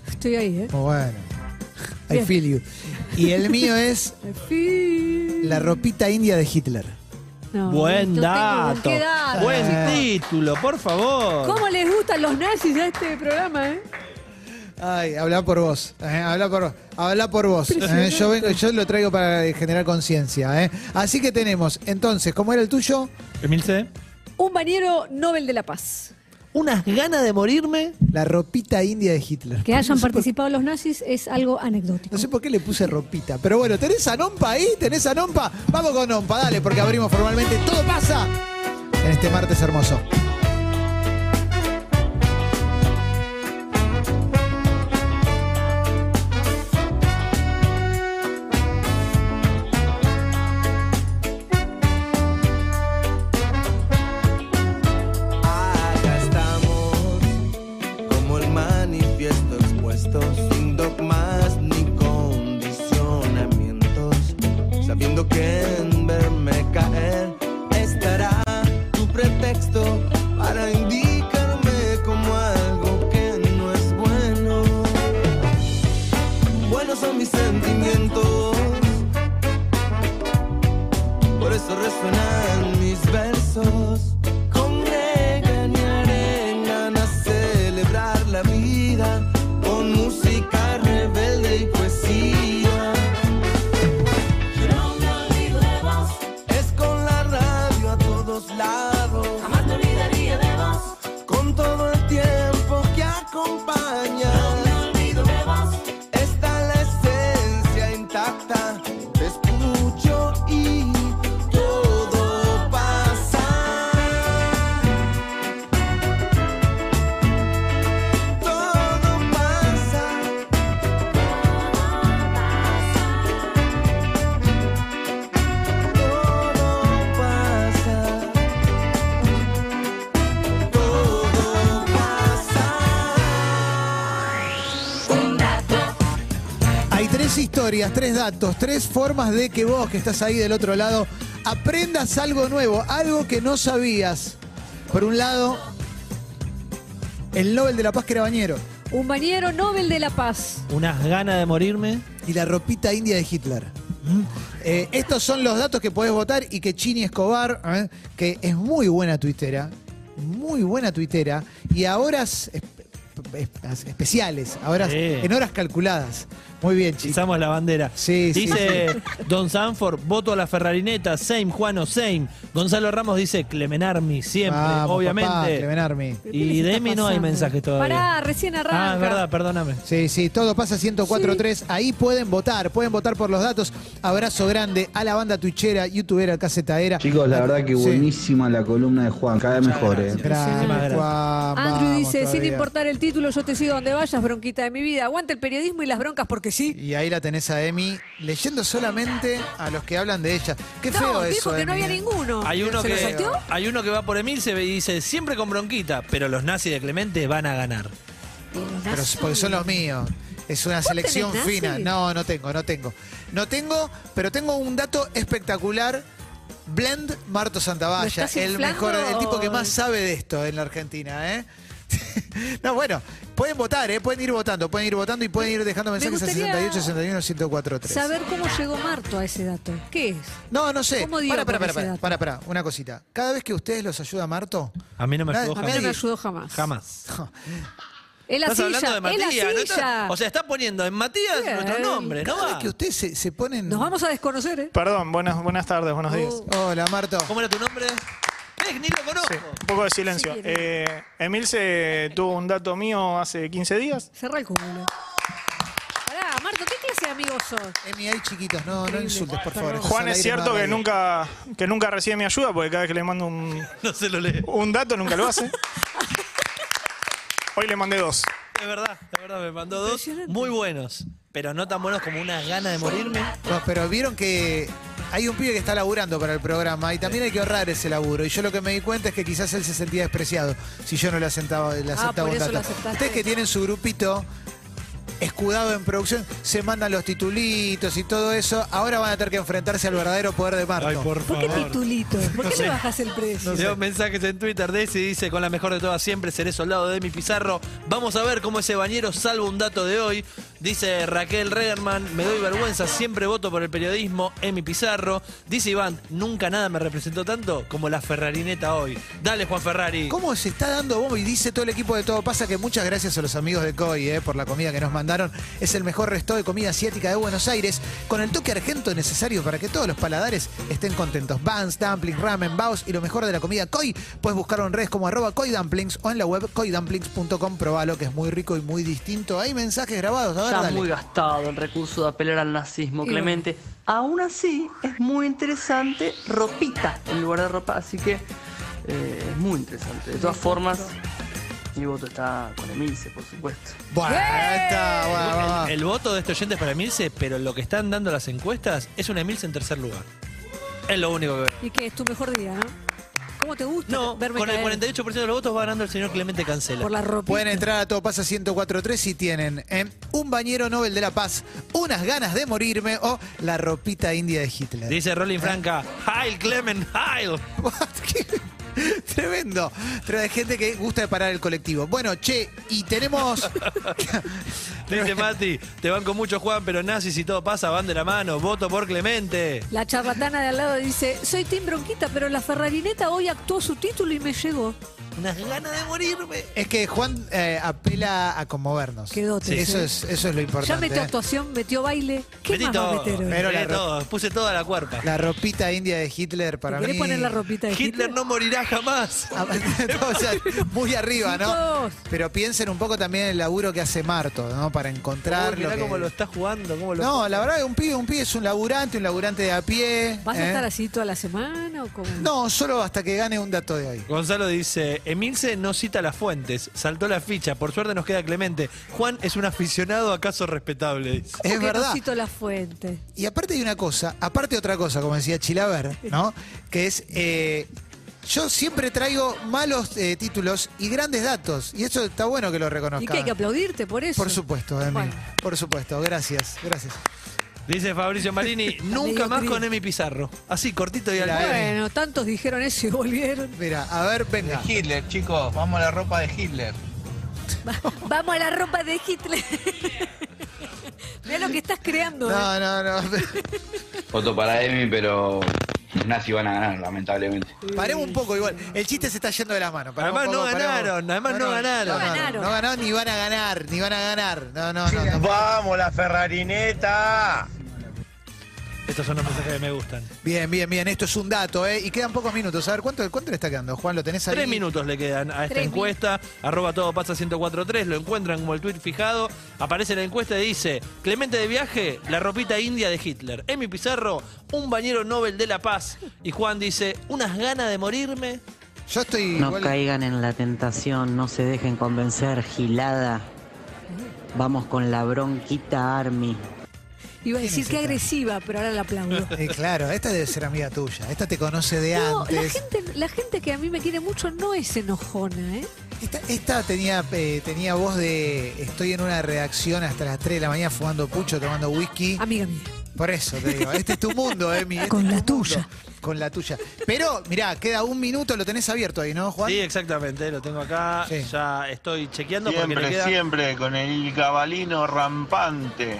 [SPEAKER 3] Estoy ahí, ¿eh?
[SPEAKER 2] Muy bueno. I
[SPEAKER 3] Bien.
[SPEAKER 2] feel you. Y el mío es la ropita india de Hitler.
[SPEAKER 3] No,
[SPEAKER 4] Buen
[SPEAKER 3] no tengo
[SPEAKER 4] dato.
[SPEAKER 3] con qué dato.
[SPEAKER 4] Buen
[SPEAKER 2] Eh.
[SPEAKER 4] título, por favor.
[SPEAKER 3] ¿Cómo les gustan los nazis a este programa, eh?
[SPEAKER 2] Ay, habla por vos, eh, habla por vos, habla por vos. eh, yo vengo, yo lo traigo para generar conciencia. eh. Así que tenemos, entonces, ¿cómo era el tuyo?
[SPEAKER 4] Emilce.
[SPEAKER 3] Un bañero Nobel de la Paz.
[SPEAKER 4] Unas ganas de morirme.
[SPEAKER 2] La ropita india de Hitler.
[SPEAKER 3] Que hayan
[SPEAKER 2] No sé por-
[SPEAKER 3] participado los nazis es algo anecdótico.
[SPEAKER 2] No sé por qué le puse ropita, pero bueno, ¿tenés a Nompa ahí? ¿Tenés a Nompa? Vamos con Nompa, dale, porque abrimos formalmente. Todo pasa en este martes hermoso.
[SPEAKER 12] Acá estamos, este como el manifiesto expuesto, sin dogmas ni condicionamientos, sabiendo que en verme caer estará tu pretexto para indicarme como algo que no es bueno. Buenos son mis sentimientos, por eso resuenan mis versos. Congregan y arengan a celebrar la vida con música rebelde y poesía. Yo no me olvido de vos, es con la radio a todos lados. Jamás te olvidaría de vos, con todo el tiempo que acompaña. No me olvido de vos, está la esencia intacta. Te escucho y todo pasa. Todo pasa. Todo pasa. Todo pasa. Un dato.
[SPEAKER 2] Hay tres historias, tres datos, tres formas de que vos que estás ahí del otro lado aprendas algo nuevo, algo que no sabías. Por un lado, el Nobel de la Paz que era bañero
[SPEAKER 3] Un bañero Nobel de la Paz.
[SPEAKER 4] Unas ganas de morirme.
[SPEAKER 2] y la ropita india de Hitler.
[SPEAKER 4] Mm.
[SPEAKER 2] Eh, estos son los datos que podés votar y que Chini Escobar, ¿eh? que es muy buena tuitera, muy buena tuitera, y a horas espe- espe- especiales, a horas,
[SPEAKER 4] Sí.
[SPEAKER 2] en horas calculadas. Muy bien, Chini.
[SPEAKER 4] Izamos la bandera.
[SPEAKER 2] Sí, sí,
[SPEAKER 4] dice
[SPEAKER 2] sí.
[SPEAKER 4] Don Sanford, voto a la Ferrarineta, Same, Juano, Same. Gonzalo Ramos dice Clemenarmi, siempre,
[SPEAKER 2] Vamos,
[SPEAKER 4] obviamente.
[SPEAKER 2] papá, Clemen Army.
[SPEAKER 4] Y de Emi no hay mensaje todavía.
[SPEAKER 3] Pará, recién arranca.
[SPEAKER 4] ah, es verdad, perdóname.
[SPEAKER 2] Sí, sí, todo pasa 104.3. Ahí pueden votar, pueden votar por los datos. Abrazo grande a la banda tuichera, youtubera, casetaera.
[SPEAKER 9] Chicos,
[SPEAKER 13] Ah,
[SPEAKER 9] la verdad que
[SPEAKER 2] Sí.
[SPEAKER 9] buenísima la columna de Juan, cada vez mejor, eh.
[SPEAKER 2] Grande,
[SPEAKER 4] Muchísimas gracias.
[SPEAKER 2] Juan,
[SPEAKER 3] Andrew
[SPEAKER 2] vamos
[SPEAKER 3] dice, sin
[SPEAKER 2] todavía.
[SPEAKER 3] importar el título, yo te sigo donde vayas, bronquita de mi vida. Aguante el periodismo y las broncas porque sí.
[SPEAKER 2] Y ahí la tenés a Emi leyendo solamente a los que hablan de ella. Qué
[SPEAKER 3] no,
[SPEAKER 2] feo
[SPEAKER 3] dijo
[SPEAKER 2] eso.
[SPEAKER 3] que no
[SPEAKER 2] Emi,
[SPEAKER 3] había
[SPEAKER 2] ¿eh?
[SPEAKER 3] ninguno.
[SPEAKER 4] Hay uno,
[SPEAKER 3] ¿Se lo
[SPEAKER 4] que,
[SPEAKER 3] salteó?
[SPEAKER 4] hay uno que va por Emil se ve y dice siempre con bronquita, pero los nazis de Clemente van a ganar.
[SPEAKER 2] Pero es porque son los míos. Es una selección
[SPEAKER 3] tenés
[SPEAKER 2] fina.
[SPEAKER 3] nazi?
[SPEAKER 2] No, no tengo, no tengo. No tengo, pero tengo un dato espectacular. Blend Marto
[SPEAKER 3] ¿Lo
[SPEAKER 2] Santavalla,
[SPEAKER 3] estás
[SPEAKER 2] el mejor, el tipo que
[SPEAKER 3] inflando?
[SPEAKER 2] más sabe de esto en la Argentina, ¿eh? no, bueno, pueden votar, ¿eh? Pueden ir votando, pueden ir votando y pueden ir dejando mensajes
[SPEAKER 3] gustaría
[SPEAKER 2] a 68, 61, 104, 3.
[SPEAKER 3] Saber cómo llegó Marto a ese dato. ¿Qué es?
[SPEAKER 2] No, no sé.
[SPEAKER 3] ¿Cómo dio
[SPEAKER 2] Para, para,
[SPEAKER 3] con
[SPEAKER 2] para,
[SPEAKER 3] ese
[SPEAKER 2] para,
[SPEAKER 3] dato?
[SPEAKER 2] para, para, una cosita. Cada vez que ustedes los ayuda Marto,
[SPEAKER 4] A mí no me
[SPEAKER 2] Nadie-
[SPEAKER 4] ayudó
[SPEAKER 3] A
[SPEAKER 2] a
[SPEAKER 3] mí
[SPEAKER 4] jamás.
[SPEAKER 3] no me ayudó jamás.
[SPEAKER 4] Jamás.
[SPEAKER 3] Es la
[SPEAKER 4] Estás hablando
[SPEAKER 3] silla,
[SPEAKER 4] de
[SPEAKER 3] es
[SPEAKER 4] Matías.
[SPEAKER 3] la
[SPEAKER 4] ¿no?
[SPEAKER 3] silla.
[SPEAKER 4] Estás- o sea, estás poniendo en Matías
[SPEAKER 3] Sí.
[SPEAKER 4] nuestro nombre, ¿no?
[SPEAKER 2] cada vez
[SPEAKER 4] va?
[SPEAKER 2] que ustedes se, se ponen.
[SPEAKER 3] Nos vamos a desconocer, ¿eh?
[SPEAKER 14] Perdón, buenas, buenas tardes, buenos días.
[SPEAKER 3] Oh.
[SPEAKER 2] Hola, Marto.
[SPEAKER 4] ¿Cómo era tu nombre? ¿Ves? Ni lo conozco.
[SPEAKER 14] Sí, un poco de silencio.
[SPEAKER 3] Sí,
[SPEAKER 14] Eh, Emilce tuvo un dato mío hace 15 días.
[SPEAKER 3] Cerra el cúmulo. Pará, Marto, ¿qué clase de amigos sos?
[SPEAKER 2] Emi, hay chiquitos, no, no insultes, por favor. Estás
[SPEAKER 14] Juan
[SPEAKER 2] al
[SPEAKER 14] es
[SPEAKER 2] aire,
[SPEAKER 14] cierto
[SPEAKER 2] no al
[SPEAKER 14] que
[SPEAKER 2] aire.
[SPEAKER 14] nunca, que nunca recibe mi ayuda porque cada vez que le mando un,
[SPEAKER 4] No se lo lee.
[SPEAKER 14] un dato nunca lo hace. Hoy le mandé dos.
[SPEAKER 4] Es verdad, es verdad, me mandó dos
[SPEAKER 3] Impresionante.
[SPEAKER 4] muy buenos, pero no tan buenos como unas ganas de morirme.
[SPEAKER 2] No, pero vieron que hay un pibe que está laburando para el programa y también hay que ahorrar ese laburo. Y yo lo que me di cuenta es que quizás él se sentía despreciado si yo no le asentaba, le aceptaba
[SPEAKER 3] Ah, por
[SPEAKER 2] un
[SPEAKER 3] eso lo
[SPEAKER 2] dato.
[SPEAKER 3] aceptaste.
[SPEAKER 2] Ustedes que tienen su grupito, escudado en producción, se mandan los titulitos y todo eso. Ahora van a tener que enfrentarse al verdadero poder de Marto.
[SPEAKER 4] Ay, por
[SPEAKER 3] ¿Por qué
[SPEAKER 4] favor.
[SPEAKER 3] titulitos? ¿Por
[SPEAKER 4] No
[SPEAKER 3] qué
[SPEAKER 4] sé.
[SPEAKER 3] le bajas el precio?
[SPEAKER 4] Leo mensajes en Twitter. Desi dice: Con la mejor de todas siempre seré soldado de mi pizarro. Vamos a ver cómo ese bañero salva un dato de hoy. Dice Raquel Rederman: Me doy vergüenza, siempre voto por el periodismo en mi pizarro. Dice Iván: Nunca nada me representó tanto como la Ferrarineta hoy. Dale, Juan Ferrari.
[SPEAKER 2] ¿Cómo se está dando bombo? Y dice todo el equipo de Todo Pasa que muchas gracias a los amigos de COI eh, por la comida que nos mandaron. Es el mejor resto de comida asiática de Buenos Aires, con el toque argento necesario para que todos los paladares estén contentos. Buns, dumplings, ramen, baos y lo mejor de la comida COI. Puedes buscarlo en redes como arroba COI Dumplings o en la web coidumplings.com. Probalo, que es muy rico y muy distinto. Hay mensajes grabados, a ver,
[SPEAKER 15] Está
[SPEAKER 2] dale.
[SPEAKER 15] muy gastado el recurso de apelar al nazismo,
[SPEAKER 2] Y
[SPEAKER 15] Clemente. Aún así, es muy interesante ropita en lugar de ropa, así que eh, es muy interesante. De todas formas, mi voto está con Emilce, por supuesto.
[SPEAKER 2] Bueno, está, bueno, bueno, bueno.
[SPEAKER 4] El, el voto de este oyente es para Emilce, pero lo que están dando las encuestas es una Emilce en tercer lugar. Es lo único que veo.
[SPEAKER 3] Y que es tu mejor día, ¿no? ¿Cómo te gusta verme
[SPEAKER 4] Con el
[SPEAKER 3] caer?
[SPEAKER 4] 48% de los votos va ganando el señor Clemente Cancela.
[SPEAKER 2] Pueden entrar a Todo Pasa 1043 si tienen eh, un bañero Nobel de la Paz, unas ganas de morirme o la ropita india de Hitler.
[SPEAKER 4] Dice Rolling Franca, Heil Clement, Heil.
[SPEAKER 2] Tremendo. Pero hay gente que gusta de parar el colectivo. Bueno, che, y tenemos.
[SPEAKER 4] Dice Mati, te van con mucho Juan, pero nazis y todo pasa, van de la mano, voto por Clemente.
[SPEAKER 3] La charlatana de al lado dice, soy Tim Bronquita, pero la Ferrarineta hoy actuó su título y me llegó.
[SPEAKER 4] Unas ganas de morirme.
[SPEAKER 2] Es que Juan eh, apela a conmovernos.
[SPEAKER 3] dote,
[SPEAKER 2] Eso
[SPEAKER 3] eh.
[SPEAKER 2] es, eso es lo importante.
[SPEAKER 3] Ya metió
[SPEAKER 2] eh.
[SPEAKER 3] actuación, metió baile. ¿Qué
[SPEAKER 4] Metí
[SPEAKER 3] más va a
[SPEAKER 4] todo,
[SPEAKER 3] meter hoy?
[SPEAKER 2] Pero la
[SPEAKER 4] metí
[SPEAKER 2] ro-
[SPEAKER 4] todo, puse toda la cuerpa.
[SPEAKER 2] La ropita india de Hitler para
[SPEAKER 3] ¿Querés
[SPEAKER 2] mí.
[SPEAKER 3] poner la ropita de
[SPEAKER 4] Hitler, no morirá jamás.
[SPEAKER 2] O sea, muy arriba, ¿no? Pero piensen un poco también el laburo que hace Marto, ¿no? Para encontrar.
[SPEAKER 4] Uy, mirá
[SPEAKER 2] lo que-
[SPEAKER 4] cómo lo está jugando, cómo lo-
[SPEAKER 2] No, la verdad, un pibe, un pibe es un laburante, un laburante de a pie.
[SPEAKER 3] ¿Vas a
[SPEAKER 2] ¿eh?
[SPEAKER 3] estar así toda la semana o cómo?
[SPEAKER 2] No, solo hasta que gane un dato de hoy.
[SPEAKER 4] Gonzalo dice, Emilce no cita las fuentes, saltó la ficha, por suerte nos queda Clemente. Juan es un aficionado acaso respetable. dice.
[SPEAKER 2] Es
[SPEAKER 3] Porque
[SPEAKER 2] verdad.
[SPEAKER 3] no cito la fuente.
[SPEAKER 2] Y aparte hay una cosa, aparte otra cosa, como decía Chilaver, ¿no? Que es, eh, yo siempre traigo malos eh, títulos y grandes datos. Y eso está bueno que lo reconozcan.
[SPEAKER 3] Y que hay que aplaudirte por eso.
[SPEAKER 2] Por supuesto, Emi.
[SPEAKER 3] Bueno.
[SPEAKER 2] Por supuesto, gracias, gracias.
[SPEAKER 4] Dice Fabricio Marini, nunca más con Emi Pizarro. Así, cortito y al
[SPEAKER 3] Bueno, tantos dijeron eso y volvieron.
[SPEAKER 2] Mira, a ver, venga.
[SPEAKER 16] Hitler, chicos, vamos a la ropa de Hitler.
[SPEAKER 3] Vamos a la ropa de Hitler. Mira lo que estás creando. ¿eh?
[SPEAKER 2] No, no, no.
[SPEAKER 17] Voto para Emi, pero los nazis van a ganar, lamentablemente.
[SPEAKER 2] Paremos un poco igual. El chiste se está yendo de las manos. Paremos un
[SPEAKER 4] Además no
[SPEAKER 2] poco, paremos.
[SPEAKER 4] ganaron, además no ganaron.
[SPEAKER 2] No
[SPEAKER 4] No
[SPEAKER 2] ganaron.
[SPEAKER 4] ganaron.
[SPEAKER 2] No ganaron ni van a ganar, ni van a ganar. No, no, no. no.
[SPEAKER 16] ¡Vamos, la Ferrarineta!
[SPEAKER 4] Estos son los mensajes que me gustan.
[SPEAKER 2] Bien, bien, bien. Esto es un dato, ¿eh? Y quedan pocos minutos. A ver, ¿cuánto, cuánto le está quedando? Juan, ¿lo tenés ahí?
[SPEAKER 4] Tres minutos le quedan a esta
[SPEAKER 2] Tres
[SPEAKER 4] encuesta. Arroba todo pasa 1043. Lo encuentran como el tuit fijado. Aparece la encuesta y dice: Clemente de viaje, la ropita india de Hitler. Emi Pizarro, un bañero Nobel de la paz. Y Juan dice: Unas ganas de morirme.
[SPEAKER 2] Yo estoy.
[SPEAKER 13] No caigan en la tentación, no se dejen convencer, gilada. Vamos con la bronquita Army.
[SPEAKER 3] Iba a decir que agresiva, pero ahora la aplaudo.
[SPEAKER 2] Eh, claro, esta debe ser amiga tuya. Esta te conoce de
[SPEAKER 3] No, la
[SPEAKER 2] antes.
[SPEAKER 3] gente, la gente que a mí me quiere mucho no es enojona, ¿eh?
[SPEAKER 2] Esta, esta tenía, eh, tenía voz de. Estoy en una redacción hasta las 3 de la mañana fumando pucho, tomando whisky.
[SPEAKER 3] Amiga mía.
[SPEAKER 2] Por eso te digo. Este es tu mundo, Emi. Con la tuya. Con la tuya. Pero, mirá, queda un minuto, lo tenés abierto ahí, ¿no, Juan?
[SPEAKER 4] Sí, exactamente, lo tengo acá. Ya estoy chequeando porque le
[SPEAKER 16] Siempre,
[SPEAKER 4] queda.
[SPEAKER 16] siempre, con el cabalino rampante.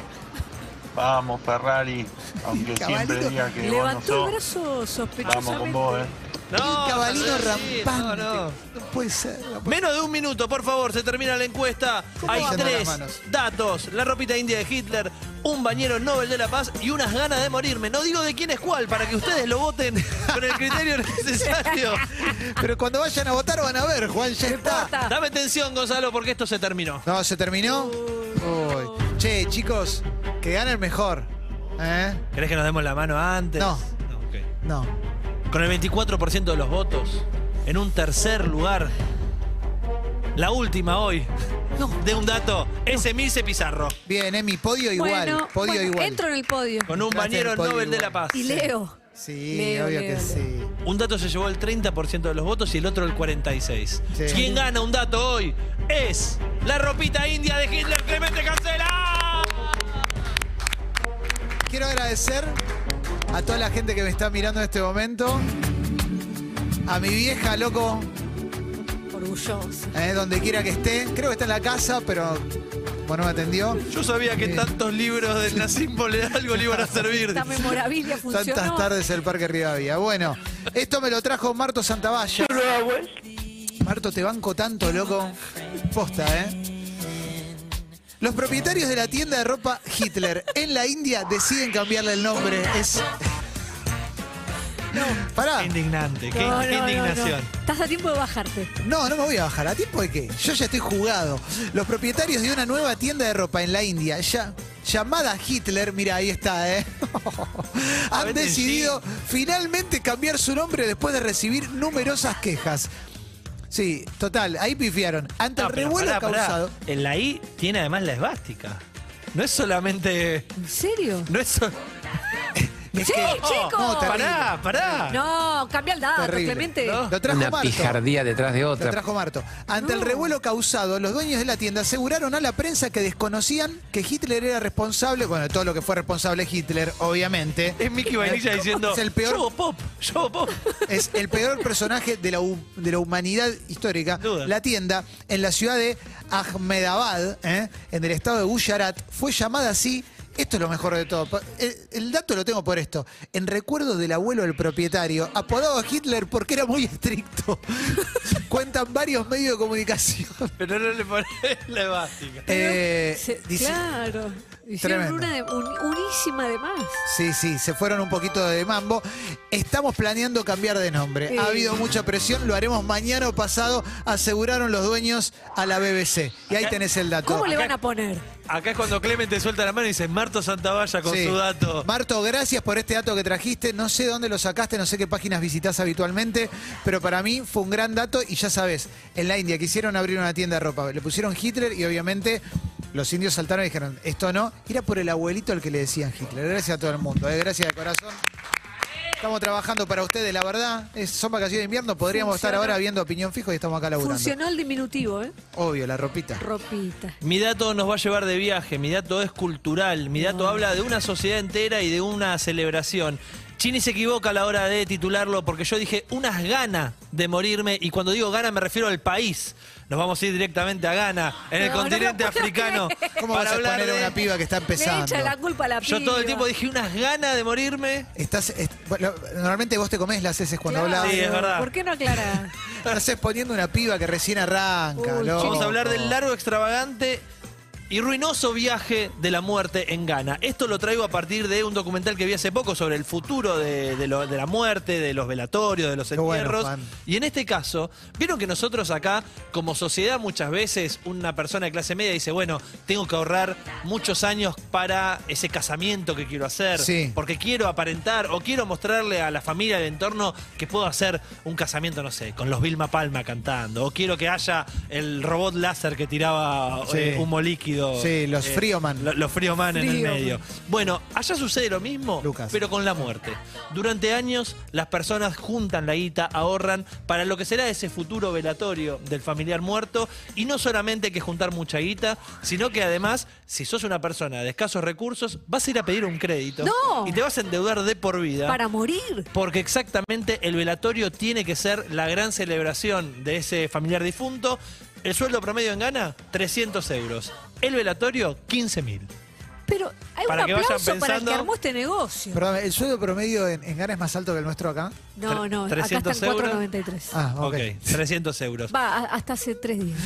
[SPEAKER 16] Vamos, Ferrari, aunque siempre
[SPEAKER 3] Cabalito
[SPEAKER 16] diga que vos no
[SPEAKER 3] levantó
[SPEAKER 16] sos.
[SPEAKER 3] el brazo
[SPEAKER 16] Vamos con
[SPEAKER 3] sospechosamente.
[SPEAKER 16] vos, eh.
[SPEAKER 4] No,
[SPEAKER 2] El cabalino
[SPEAKER 4] no, sí,
[SPEAKER 2] rampante.
[SPEAKER 4] no, no.
[SPEAKER 2] puede ser.
[SPEAKER 4] Menos de un minuto, por favor, se termina la encuesta.
[SPEAKER 2] ¿Cómo
[SPEAKER 4] Hay
[SPEAKER 2] vamos?
[SPEAKER 4] tres
[SPEAKER 2] Las manos.
[SPEAKER 4] datos: la ropita india de Hitler, un bañero Nobel de la Paz y unas ganas de morirme. No digo de quién es cuál para que ustedes lo voten con el criterio necesario.
[SPEAKER 2] Pero cuando vayan a votar van a ver, Juan, ya está.
[SPEAKER 4] Dame atención, Gonzalo, porque esto se terminó.
[SPEAKER 2] No, ¿se terminó? Uy. Che, chicos, que gane el mejor. ¿Eh?
[SPEAKER 4] ¿Querés que nos demos la mano antes?
[SPEAKER 2] No.
[SPEAKER 4] ok.
[SPEAKER 2] No.
[SPEAKER 4] Con el 24% de los votos, en un tercer lugar, la última hoy de un dato, es Emilce Pizarro.
[SPEAKER 2] Bien, Emi, podio igual.
[SPEAKER 3] Bueno,
[SPEAKER 2] podio
[SPEAKER 3] bueno,
[SPEAKER 2] igual.
[SPEAKER 3] entro en el podio.
[SPEAKER 4] Con un
[SPEAKER 2] Entraste en
[SPEAKER 4] bañero
[SPEAKER 2] el podio
[SPEAKER 4] Nobel de
[SPEAKER 2] igual.
[SPEAKER 4] la Paz.
[SPEAKER 3] Y leo.
[SPEAKER 2] Sí,
[SPEAKER 3] Leo,
[SPEAKER 2] obvio
[SPEAKER 3] Leo,
[SPEAKER 2] que
[SPEAKER 3] Leo.
[SPEAKER 2] sí.
[SPEAKER 4] Un dato se llevó el 30% de los votos y el otro el 46%.
[SPEAKER 2] Sí.
[SPEAKER 4] Quien gana un dato hoy es la ropita india de Hitler Clemente Cancela.
[SPEAKER 2] Quiero agradecer a toda la gente que me está mirando en este momento. A mi vieja, loco. eh,
[SPEAKER 3] Orgullosa.
[SPEAKER 2] donde quiera que esté. Creo que está en la casa, pero bueno, me atendió.
[SPEAKER 18] Yo sabía que tantos libros del nazismo le algo le iban a servir.
[SPEAKER 3] Esta memorabilia funcionó.
[SPEAKER 2] Tantas tardes el Parque Rivadavia. Bueno, esto me lo trajo Marto Santavalla. Marto, te banco tanto, loco. Posta, ¿eh? Los propietarios de la tienda de ropa Hitler en la India deciden cambiarle el nombre. Es. No, pará.
[SPEAKER 4] Indignante, qué,
[SPEAKER 3] No,
[SPEAKER 4] qué
[SPEAKER 3] no, no,
[SPEAKER 4] indignación.
[SPEAKER 3] no. Estás a tiempo de bajarte.
[SPEAKER 2] No, no me voy a bajar. ¿A tiempo de qué? Yo ya estoy jugado. Los propietarios de una nueva tienda de ropa en la India, ya, llamada Hitler, mira, ahí está, ¿eh? Han
[SPEAKER 18] Vete,
[SPEAKER 2] decidido finalmente cambiar su nombre después de recibir numerosas quejas. Sí, total, ahí pifiaron. Ante
[SPEAKER 4] No,
[SPEAKER 2] el
[SPEAKER 4] pero
[SPEAKER 2] revuelo
[SPEAKER 4] pará, pará.
[SPEAKER 2] causado.
[SPEAKER 4] En la I tiene además la esvástica. No es solamente.
[SPEAKER 3] ¿En serio?
[SPEAKER 4] No es so-
[SPEAKER 3] Sí, chicos.
[SPEAKER 2] Oh, no, terrible.
[SPEAKER 4] pará, pará.
[SPEAKER 3] No, cambia el dato,
[SPEAKER 2] Terrible.
[SPEAKER 3] Clemente.
[SPEAKER 2] Lo trajo
[SPEAKER 19] Una
[SPEAKER 2] Marto.
[SPEAKER 19] pijardía detrás de
[SPEAKER 2] Lo
[SPEAKER 19] otra.
[SPEAKER 2] trajo Marto. Ante el revuelo causado, los dueños de la tienda aseguraron a la prensa que desconocían que Hitler era responsable, bueno, de todo lo que fue responsable Hitler, obviamente.
[SPEAKER 4] Es Mickey Vainilla diciendo.
[SPEAKER 2] Es el peor-
[SPEAKER 4] Yo hago pop, yo hago pop.
[SPEAKER 2] Es el peor personaje de la, hu- de la humanidad histórica.
[SPEAKER 4] Duda.
[SPEAKER 2] La tienda en la ciudad de Ahmedabad, ¿eh? en el estado de Gujarat, fue llamada así. Esto es lo mejor de todo. Pa- El, el dato lo tengo por esto. En recuerdo del abuelo del propietario, apodado a Hitler porque era muy estricto. Cuentan varios medios de comunicación.
[SPEAKER 4] Pero no le pones la esvástica.
[SPEAKER 2] Eh,
[SPEAKER 3] Se-
[SPEAKER 2] dice-
[SPEAKER 3] claro. Hicieron
[SPEAKER 2] Tremendo.
[SPEAKER 3] una de, un- unísima de más.
[SPEAKER 2] Sí, sí, se fueron un poquito de mambo. Estamos planeando cambiar de nombre.
[SPEAKER 3] Sí.
[SPEAKER 2] Ha habido mucha presión, lo haremos mañana o pasado, aseguraron los dueños a la BBC. Y ahí
[SPEAKER 4] Acá-
[SPEAKER 2] tenés el dato.
[SPEAKER 3] ¿Cómo le van a poner?
[SPEAKER 4] Acá es cuando Clemente suelta la mano y dice Marto Santavalla con
[SPEAKER 2] Sí.
[SPEAKER 4] su dato.
[SPEAKER 2] Marto, gracias por este dato que trajiste. No sé dónde lo sacaste, no sé qué páginas visitas habitualmente, pero para mí fue un gran dato y ya sabes, en la India quisieron abrir una tienda de ropa, le pusieron Hitler y obviamente los indios saltaron y dijeron, esto no, Y era por el abuelito al que le decían Hitler. Gracias a todo el mundo, eh, gracias de corazón. Estamos trabajando para ustedes, la verdad. Es, son vacaciones de invierno, podríamos estar
[SPEAKER 3] Funciona.
[SPEAKER 2] ahora viendo opinión fijo y estamos acá laburando.
[SPEAKER 3] Funcionó el diminutivo, ¿eh?
[SPEAKER 2] Obvio, la ropita.
[SPEAKER 3] Ropita.
[SPEAKER 4] Mi dato nos va a llevar de viaje, mi dato es cultural, mi dato habla de una sociedad entera y de una celebración. Chini se equivoca a la hora de titularlo porque yo dije unas ganas de morirme y cuando digo gana me refiero al país. Nos vamos a ir directamente a Ghana, en el
[SPEAKER 3] No, no lo
[SPEAKER 4] continente
[SPEAKER 3] puedo
[SPEAKER 4] africano.
[SPEAKER 3] creer.
[SPEAKER 2] ¿Cómo
[SPEAKER 4] para
[SPEAKER 2] vas a
[SPEAKER 4] hablar
[SPEAKER 2] poner a
[SPEAKER 4] de-
[SPEAKER 2] una piba que está
[SPEAKER 3] Le
[SPEAKER 2] empezando?
[SPEAKER 3] echa la culpa a la
[SPEAKER 4] Yo todo el
[SPEAKER 3] piba.
[SPEAKER 4] tiempo dije unas ganas de morirme.
[SPEAKER 2] Estás, est- bueno, normalmente vos te comés las heces cuando
[SPEAKER 3] Claro,
[SPEAKER 2] hablas.
[SPEAKER 4] Sí, es verdad.
[SPEAKER 3] ¿Por qué no aclarar?
[SPEAKER 2] Estás exponiendo una piba que recién arranca,
[SPEAKER 3] Uy,
[SPEAKER 2] loco.
[SPEAKER 4] Vamos a hablar del largo, extravagante y ruinoso viaje de la muerte en Ghana. Esto lo traigo a partir de un documental que vi hace poco sobre el futuro de, de lo- de la muerte, de los velatorios, de los
[SPEAKER 2] Qué bueno,
[SPEAKER 4] entierros.
[SPEAKER 2] Juan.
[SPEAKER 4] y en este caso, vieron que nosotros acá, como sociedad, muchas veces una persona de clase media dice, bueno, tengo que ahorrar muchos años para ese casamiento que quiero hacer,
[SPEAKER 2] Sí.
[SPEAKER 4] porque quiero aparentar o quiero mostrarle a la familia, al entorno, que puedo hacer un casamiento, no sé, con los Vilma Palma cantando, o quiero que haya el robot láser que tiraba
[SPEAKER 2] Sí.
[SPEAKER 4] eh, humo líquido.
[SPEAKER 2] Sí, los
[SPEAKER 4] eh,
[SPEAKER 2] Frioman.
[SPEAKER 4] lo- los Frioman en el
[SPEAKER 2] Frioman.
[SPEAKER 4] medio. Bueno, allá sucede lo mismo,
[SPEAKER 2] Lucas.
[SPEAKER 4] pero con la muerte. Durante años, las personas juntan la guita, ahorran para lo que será ese futuro velatorio del familiar muerto. Y no solamente hay que juntar mucha guita, sino que además, si sos una persona de escasos recursos, vas a ir a pedir un crédito.
[SPEAKER 3] ¡No!
[SPEAKER 4] Y te vas a endeudar de por vida.
[SPEAKER 3] Para morir.
[SPEAKER 4] Porque exactamente el velatorio tiene que ser la gran celebración de ese familiar difunto. El sueldo promedio en Ghana, 300 euros. El velatorio, 15.000.
[SPEAKER 3] Pero hay
[SPEAKER 4] Para
[SPEAKER 3] un
[SPEAKER 4] que vayan
[SPEAKER 3] aplauso para el que
[SPEAKER 4] pensando.
[SPEAKER 3] armó este negocio.
[SPEAKER 2] Perdón, ¿el sueldo promedio en, en Ghana es más alto que el nuestro acá?
[SPEAKER 3] no, no, acá están
[SPEAKER 4] 300 euros.
[SPEAKER 3] 4.93.
[SPEAKER 2] Ah, ok.
[SPEAKER 4] Ok, 300 euros.
[SPEAKER 3] Va, a- hasta hace tres días.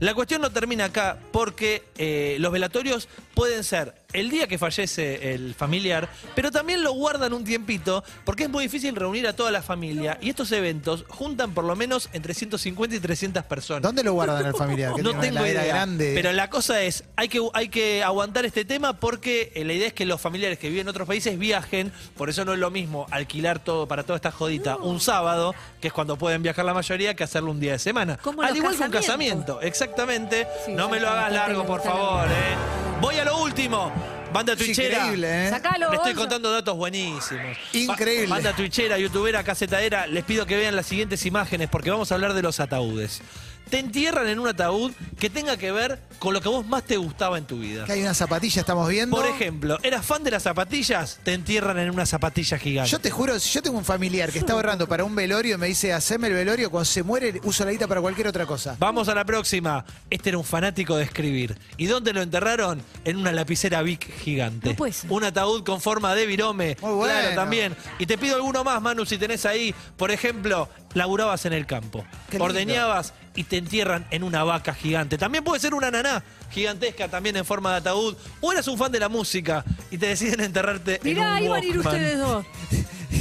[SPEAKER 4] La cuestión no termina acá porque eh, los velatorios pueden ser el día que fallece el familiar, pero también lo guardan un tiempito porque es muy difícil reunir a toda la familia y estos eventos juntan por lo menos entre 150 y 300 personas.
[SPEAKER 2] ¿Dónde lo guardan el familiar? Que
[SPEAKER 4] No
[SPEAKER 2] tiene
[SPEAKER 4] tengo
[SPEAKER 2] una heladera
[SPEAKER 4] idea.
[SPEAKER 2] grande.
[SPEAKER 4] Pero la cosa es, hay que, hay que aguantar este tema porque eh, la idea es que los familiares que viven en otros países viajen. Por eso no es lo mismo alquilar todo para toda esta jodita un sábado, que es cuando pueden viajar la mayoría, que hacerlo un día de semana.
[SPEAKER 3] Como
[SPEAKER 4] Al
[SPEAKER 3] los
[SPEAKER 4] igual que un
[SPEAKER 3] casamientos.
[SPEAKER 4] casamiento, exactamente.
[SPEAKER 3] Sí,
[SPEAKER 4] no me lo hagas
[SPEAKER 3] exactamente,
[SPEAKER 4] largo, por
[SPEAKER 3] está
[SPEAKER 4] favor.
[SPEAKER 3] largo.
[SPEAKER 4] eh. Voy a lo último. Banda
[SPEAKER 2] Es
[SPEAKER 4] Twitchera.
[SPEAKER 2] increíble, ¿eh?
[SPEAKER 3] Sacalo,
[SPEAKER 4] Le estoy
[SPEAKER 3] Gonzo.
[SPEAKER 4] contando datos buenísimos.
[SPEAKER 2] Increíble.
[SPEAKER 4] Ba- Banda Twitchera, youtubera, casetadera, les pido que vean las siguientes imágenes porque vamos a hablar de los ataúdes. te entierran en un ataúd que tenga que ver con lo que a vos más te gustaba en tu vida.
[SPEAKER 2] Que hay una zapatilla, estamos viendo.
[SPEAKER 4] Por ejemplo, ¿eras fan de las zapatillas? Te entierran en una zapatilla gigante.
[SPEAKER 2] Yo te juro, si yo tengo un familiar que está ahorrando para un velorio y me dice, haceme el velorio, cuando se muere uso la guita para cualquier otra cosa.
[SPEAKER 4] Vamos a la próxima. Este era un fanático de escribir. ¿Y dónde lo enterraron? En una lapicera Vic gigante.
[SPEAKER 3] No puede
[SPEAKER 4] Un ataúd con forma de virome.
[SPEAKER 2] Muy bueno.
[SPEAKER 4] Claro, también. Y te pido alguno más, Manu, si tenés ahí. Por ejemplo, laburabas en el campo.
[SPEAKER 2] Qué lindo.
[SPEAKER 4] Ordeñabas y te entierran en una vaca gigante. También puede ser una naná gigantesca, también en forma de ataúd. O eras un fan de la música y te deciden enterrarte en un
[SPEAKER 3] Mirá, ahí van a ir
[SPEAKER 4] Walkman.
[SPEAKER 3] ustedes dos.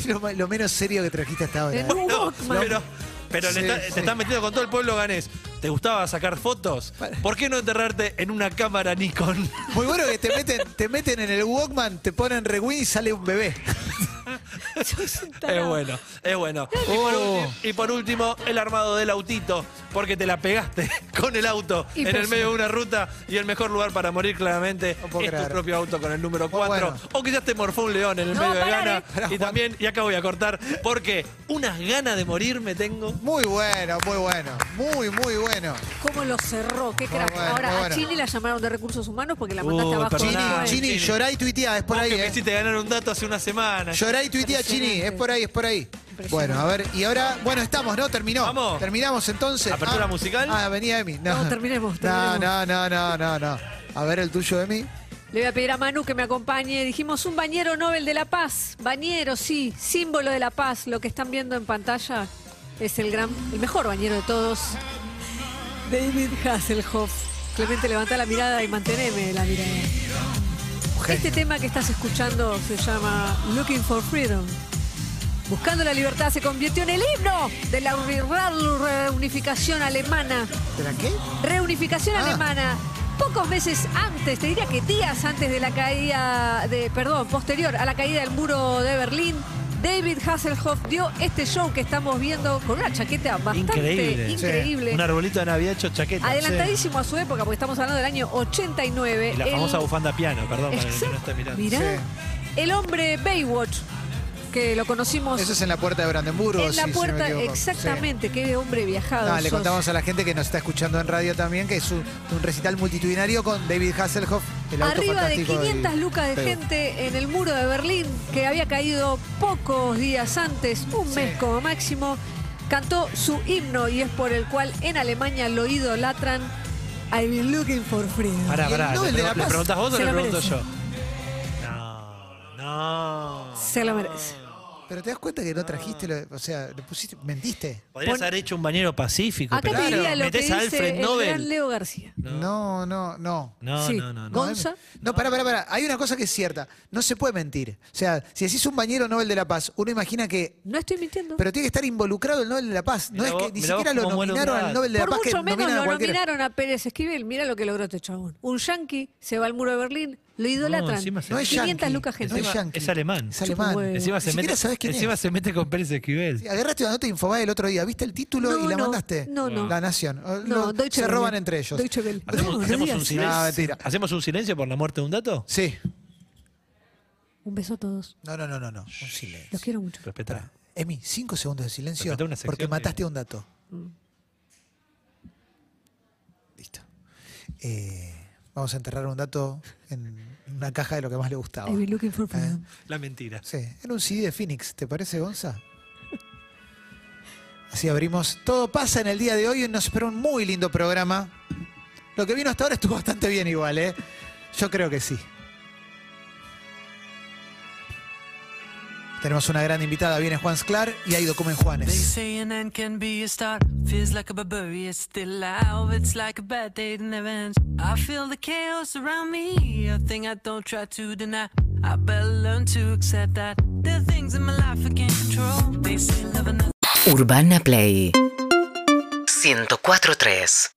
[SPEAKER 2] lo, ma- lo menos serio que trajiste hasta ahora.
[SPEAKER 3] En un
[SPEAKER 4] No,
[SPEAKER 3] Walkman.
[SPEAKER 4] pero, pero le
[SPEAKER 2] Sí,
[SPEAKER 4] está-
[SPEAKER 2] sí.
[SPEAKER 4] te estás metiendo con todo el pueblo ganés. ¿Te gustaba sacar fotos? ¿Por qué no enterrarte en una cámara Nikon?
[SPEAKER 2] Muy bueno que te meten, te meten en el Walkman, te ponen rewind y sale un bebé.
[SPEAKER 4] Es bueno, es bueno. Y por, ulti- y por último, el armado del autito, porque te la pegaste con el auto
[SPEAKER 2] Y
[SPEAKER 4] en el
[SPEAKER 2] pues-
[SPEAKER 4] medio de una ruta y el mejor lugar para morir claramente
[SPEAKER 2] puedo
[SPEAKER 4] es tu
[SPEAKER 2] creer. Pues
[SPEAKER 4] propio auto con el número 4.
[SPEAKER 2] bueno.
[SPEAKER 4] O quizás te morfó un león en el
[SPEAKER 3] No,
[SPEAKER 4] medio de
[SPEAKER 3] pará,
[SPEAKER 4] Gana.
[SPEAKER 3] eh.
[SPEAKER 4] Y también, y acá voy a cortar, porque unas ganas de morir me tengo.
[SPEAKER 2] Muy bueno, muy bueno. Muy, muy bueno.
[SPEAKER 3] ¿Cómo lo cerró? Qué
[SPEAKER 2] Muy
[SPEAKER 3] crack.
[SPEAKER 2] bueno,
[SPEAKER 3] Ahora,
[SPEAKER 2] muy
[SPEAKER 3] a
[SPEAKER 2] bueno.
[SPEAKER 3] Chini la llamaron de recursos humanos porque la mandaste
[SPEAKER 4] Uh,
[SPEAKER 3] abajo.
[SPEAKER 4] perdón.
[SPEAKER 3] después.
[SPEAKER 2] Chini,
[SPEAKER 4] Chini.
[SPEAKER 2] llorá y tuiteá, es por
[SPEAKER 4] Vos
[SPEAKER 2] ahí.
[SPEAKER 4] que me
[SPEAKER 2] eh.
[SPEAKER 4] hiciste ganar un dato hace una semana.
[SPEAKER 2] Llorá y tuiteá, Chini, es por ahí, es por ahí. Bueno, a ver, y ahora, bueno, estamos, ¿no? Terminó.
[SPEAKER 4] Vamos.
[SPEAKER 2] Terminamos entonces.
[SPEAKER 4] ¿Apertura musical?
[SPEAKER 2] Ah, venía Emi. No,
[SPEAKER 3] No, terminemos,
[SPEAKER 2] No,
[SPEAKER 3] terminemos.
[SPEAKER 2] no, no, no, no, no. A ver el tuyo, Emi.
[SPEAKER 3] Le voy a pedir a Manu que me acompañe. Dijimos un bañero Nobel de la Paz. Bañero, sí, símbolo de la paz. Lo que están viendo en pantalla es el gran, el mejor bañero de todos. David Hasselhoff. Clemente, levanta la mirada y manteneme la mirada. Este tema que estás escuchando se llama Looking for Freedom. Buscando la libertad se convirtió en el himno de la reunificación alemana.
[SPEAKER 2] ¿De la qué?
[SPEAKER 3] Reunificación
[SPEAKER 4] Ah.
[SPEAKER 3] alemana. Pocos meses antes, te diría que días antes de la caída, de, perdón, posterior a la caída del muro de Berlín, David Hasselhoff dio este show que estamos viendo con una chaqueta bastante
[SPEAKER 4] Increíble.
[SPEAKER 3] increíble.
[SPEAKER 4] Un arbolito de Navidad hecho chaqueta.
[SPEAKER 3] Adelantadísimo a su época, porque estamos hablando del año 89.
[SPEAKER 4] Y la
[SPEAKER 3] El-
[SPEAKER 4] famosa bufanda piano, perdón, para el que no
[SPEAKER 3] Exacto.
[SPEAKER 4] está mirando.
[SPEAKER 3] Mirá,
[SPEAKER 4] Sí.
[SPEAKER 3] el hombre Baywatch, que lo conocimos
[SPEAKER 2] Eso es en la puerta de Brandenburgo.
[SPEAKER 3] en
[SPEAKER 2] sí,
[SPEAKER 3] la
[SPEAKER 2] si no me
[SPEAKER 3] puerta,
[SPEAKER 2] equivoco. Sí.
[SPEAKER 3] exactamente, qué hombre viajado.
[SPEAKER 2] No, le
[SPEAKER 3] sos.
[SPEAKER 2] contamos a la gente que nos está escuchando en radio también que es un, un recital multitudinario con David Hasselhoff, el auto
[SPEAKER 3] Arriba de
[SPEAKER 2] fantástico
[SPEAKER 3] 500
[SPEAKER 2] del-
[SPEAKER 3] lucas de
[SPEAKER 2] del-
[SPEAKER 3] gente en el muro de Berlín, que había caído pocos días antes, un mes como máximo, cantó su himno y es por el cual en Alemania lo idolatran. I've been looking for freedom.
[SPEAKER 4] Pará, pará,
[SPEAKER 3] Y el
[SPEAKER 4] ¿le,
[SPEAKER 3] Nobel de la
[SPEAKER 4] pre- le
[SPEAKER 3] Paz
[SPEAKER 4] preguntás vos o
[SPEAKER 3] se
[SPEAKER 4] le
[SPEAKER 3] lo
[SPEAKER 4] pregunto
[SPEAKER 3] merece.
[SPEAKER 4] yo? No, no.
[SPEAKER 3] Se lo merece.
[SPEAKER 2] Pero te das cuenta que no trajiste, lo- o sea, le pusiste, mentiste.
[SPEAKER 4] Podrías
[SPEAKER 2] Pon-
[SPEAKER 4] haber hecho un bañero pacífico,
[SPEAKER 3] Acá
[SPEAKER 4] pero
[SPEAKER 3] te diría
[SPEAKER 4] claro,
[SPEAKER 3] lo que
[SPEAKER 4] metés a
[SPEAKER 3] dice
[SPEAKER 4] Alfred
[SPEAKER 3] el gran
[SPEAKER 4] Nobel.
[SPEAKER 3] Leo García.
[SPEAKER 2] No, no, no.
[SPEAKER 4] No,
[SPEAKER 3] Sí.
[SPEAKER 4] no, no, no.
[SPEAKER 3] Gonza.
[SPEAKER 2] No, pará, pará, pará. Hay una cosa que es cierta. No se puede mentir. O sea, si decís un bañero Nobel de la Paz, uno imagina que.
[SPEAKER 3] No estoy mintiendo.
[SPEAKER 2] Pero tiene que estar involucrado el Nobel de la Paz. No
[SPEAKER 4] Mirá
[SPEAKER 2] es que
[SPEAKER 4] vos-
[SPEAKER 2] ni
[SPEAKER 4] mirá vos
[SPEAKER 2] siquiera lo
[SPEAKER 4] cómo bueno
[SPEAKER 2] nominaron
[SPEAKER 4] que
[SPEAKER 2] al Nobel de la
[SPEAKER 3] Por
[SPEAKER 2] Paz. que
[SPEAKER 3] mucho menos
[SPEAKER 2] nominan a
[SPEAKER 3] lo
[SPEAKER 2] cualquiera.
[SPEAKER 3] nominaron a Pérez Esquivel. Mira lo que logró este chabón. Un yanqui se va al muro de Berlín, lo idolatran.
[SPEAKER 4] encima se-
[SPEAKER 2] No es
[SPEAKER 3] 500
[SPEAKER 2] yanqui,
[SPEAKER 3] lucas gente.
[SPEAKER 2] no es
[SPEAKER 4] Encima
[SPEAKER 2] yankee.
[SPEAKER 4] es alemán.
[SPEAKER 2] Es alemán.
[SPEAKER 3] huevo.
[SPEAKER 4] Encima,
[SPEAKER 2] Ni
[SPEAKER 4] se
[SPEAKER 2] siquiera
[SPEAKER 4] mete,
[SPEAKER 2] sabés quién es.
[SPEAKER 4] encima se mete con Pérez Esquivel.
[SPEAKER 2] Agarraste una nota de Infobae el otro día, ¿viste el título
[SPEAKER 3] No,
[SPEAKER 2] y la
[SPEAKER 3] no,
[SPEAKER 2] mandaste?
[SPEAKER 3] no, no.
[SPEAKER 2] La Nación. O-
[SPEAKER 3] No,
[SPEAKER 2] lo-
[SPEAKER 3] Deutsche
[SPEAKER 2] se
[SPEAKER 3] Welle.
[SPEAKER 2] roban entre ellos.
[SPEAKER 3] Deutsche Welle.
[SPEAKER 4] ¿Hacemos,
[SPEAKER 3] No,
[SPEAKER 4] hacemos
[SPEAKER 3] no
[SPEAKER 4] un
[SPEAKER 3] digas.
[SPEAKER 4] silencio,
[SPEAKER 2] No, mentira.
[SPEAKER 4] ¿Hacemos un silencio por la muerte de un dato?
[SPEAKER 2] Sí.
[SPEAKER 3] Un beso a todos.
[SPEAKER 2] No, no, no, no, no. Un silencio.
[SPEAKER 3] Los quiero mucho.
[SPEAKER 4] Respetá.
[SPEAKER 2] Emi, cinco segundos de silencio
[SPEAKER 4] Respetá una sección
[SPEAKER 2] porque
[SPEAKER 4] que-
[SPEAKER 2] mataste un dato.
[SPEAKER 3] Mm.
[SPEAKER 2] Listo. Eh, vamos a enterrar un dato en una caja de lo que más le gustaba.
[SPEAKER 3] I've been looking for
[SPEAKER 2] ¿Eh?
[SPEAKER 3] freedom.
[SPEAKER 4] La mentira.
[SPEAKER 2] Sí, era un CD de Phoenix, ¿te parece, Gonza? Así abrimos. Todo pasa en el día de hoy y nos espera un muy lindo programa. Lo que vino hasta ahora estuvo bastante bien igual, ¿eh? Yo creo que sí. Tenemos una gran invitada, viene Juan Sclar y Aido Comen
[SPEAKER 12] They
[SPEAKER 2] Juanes.
[SPEAKER 12] say an end can be a start. Feels like a barbarian still alive. It's like a bad day that never ends. I feel the chaos around me. A thing I don't try to deny. I better learn to accept that there are things in my life I can't control. They say love another.
[SPEAKER 19] Urbana Play 104.3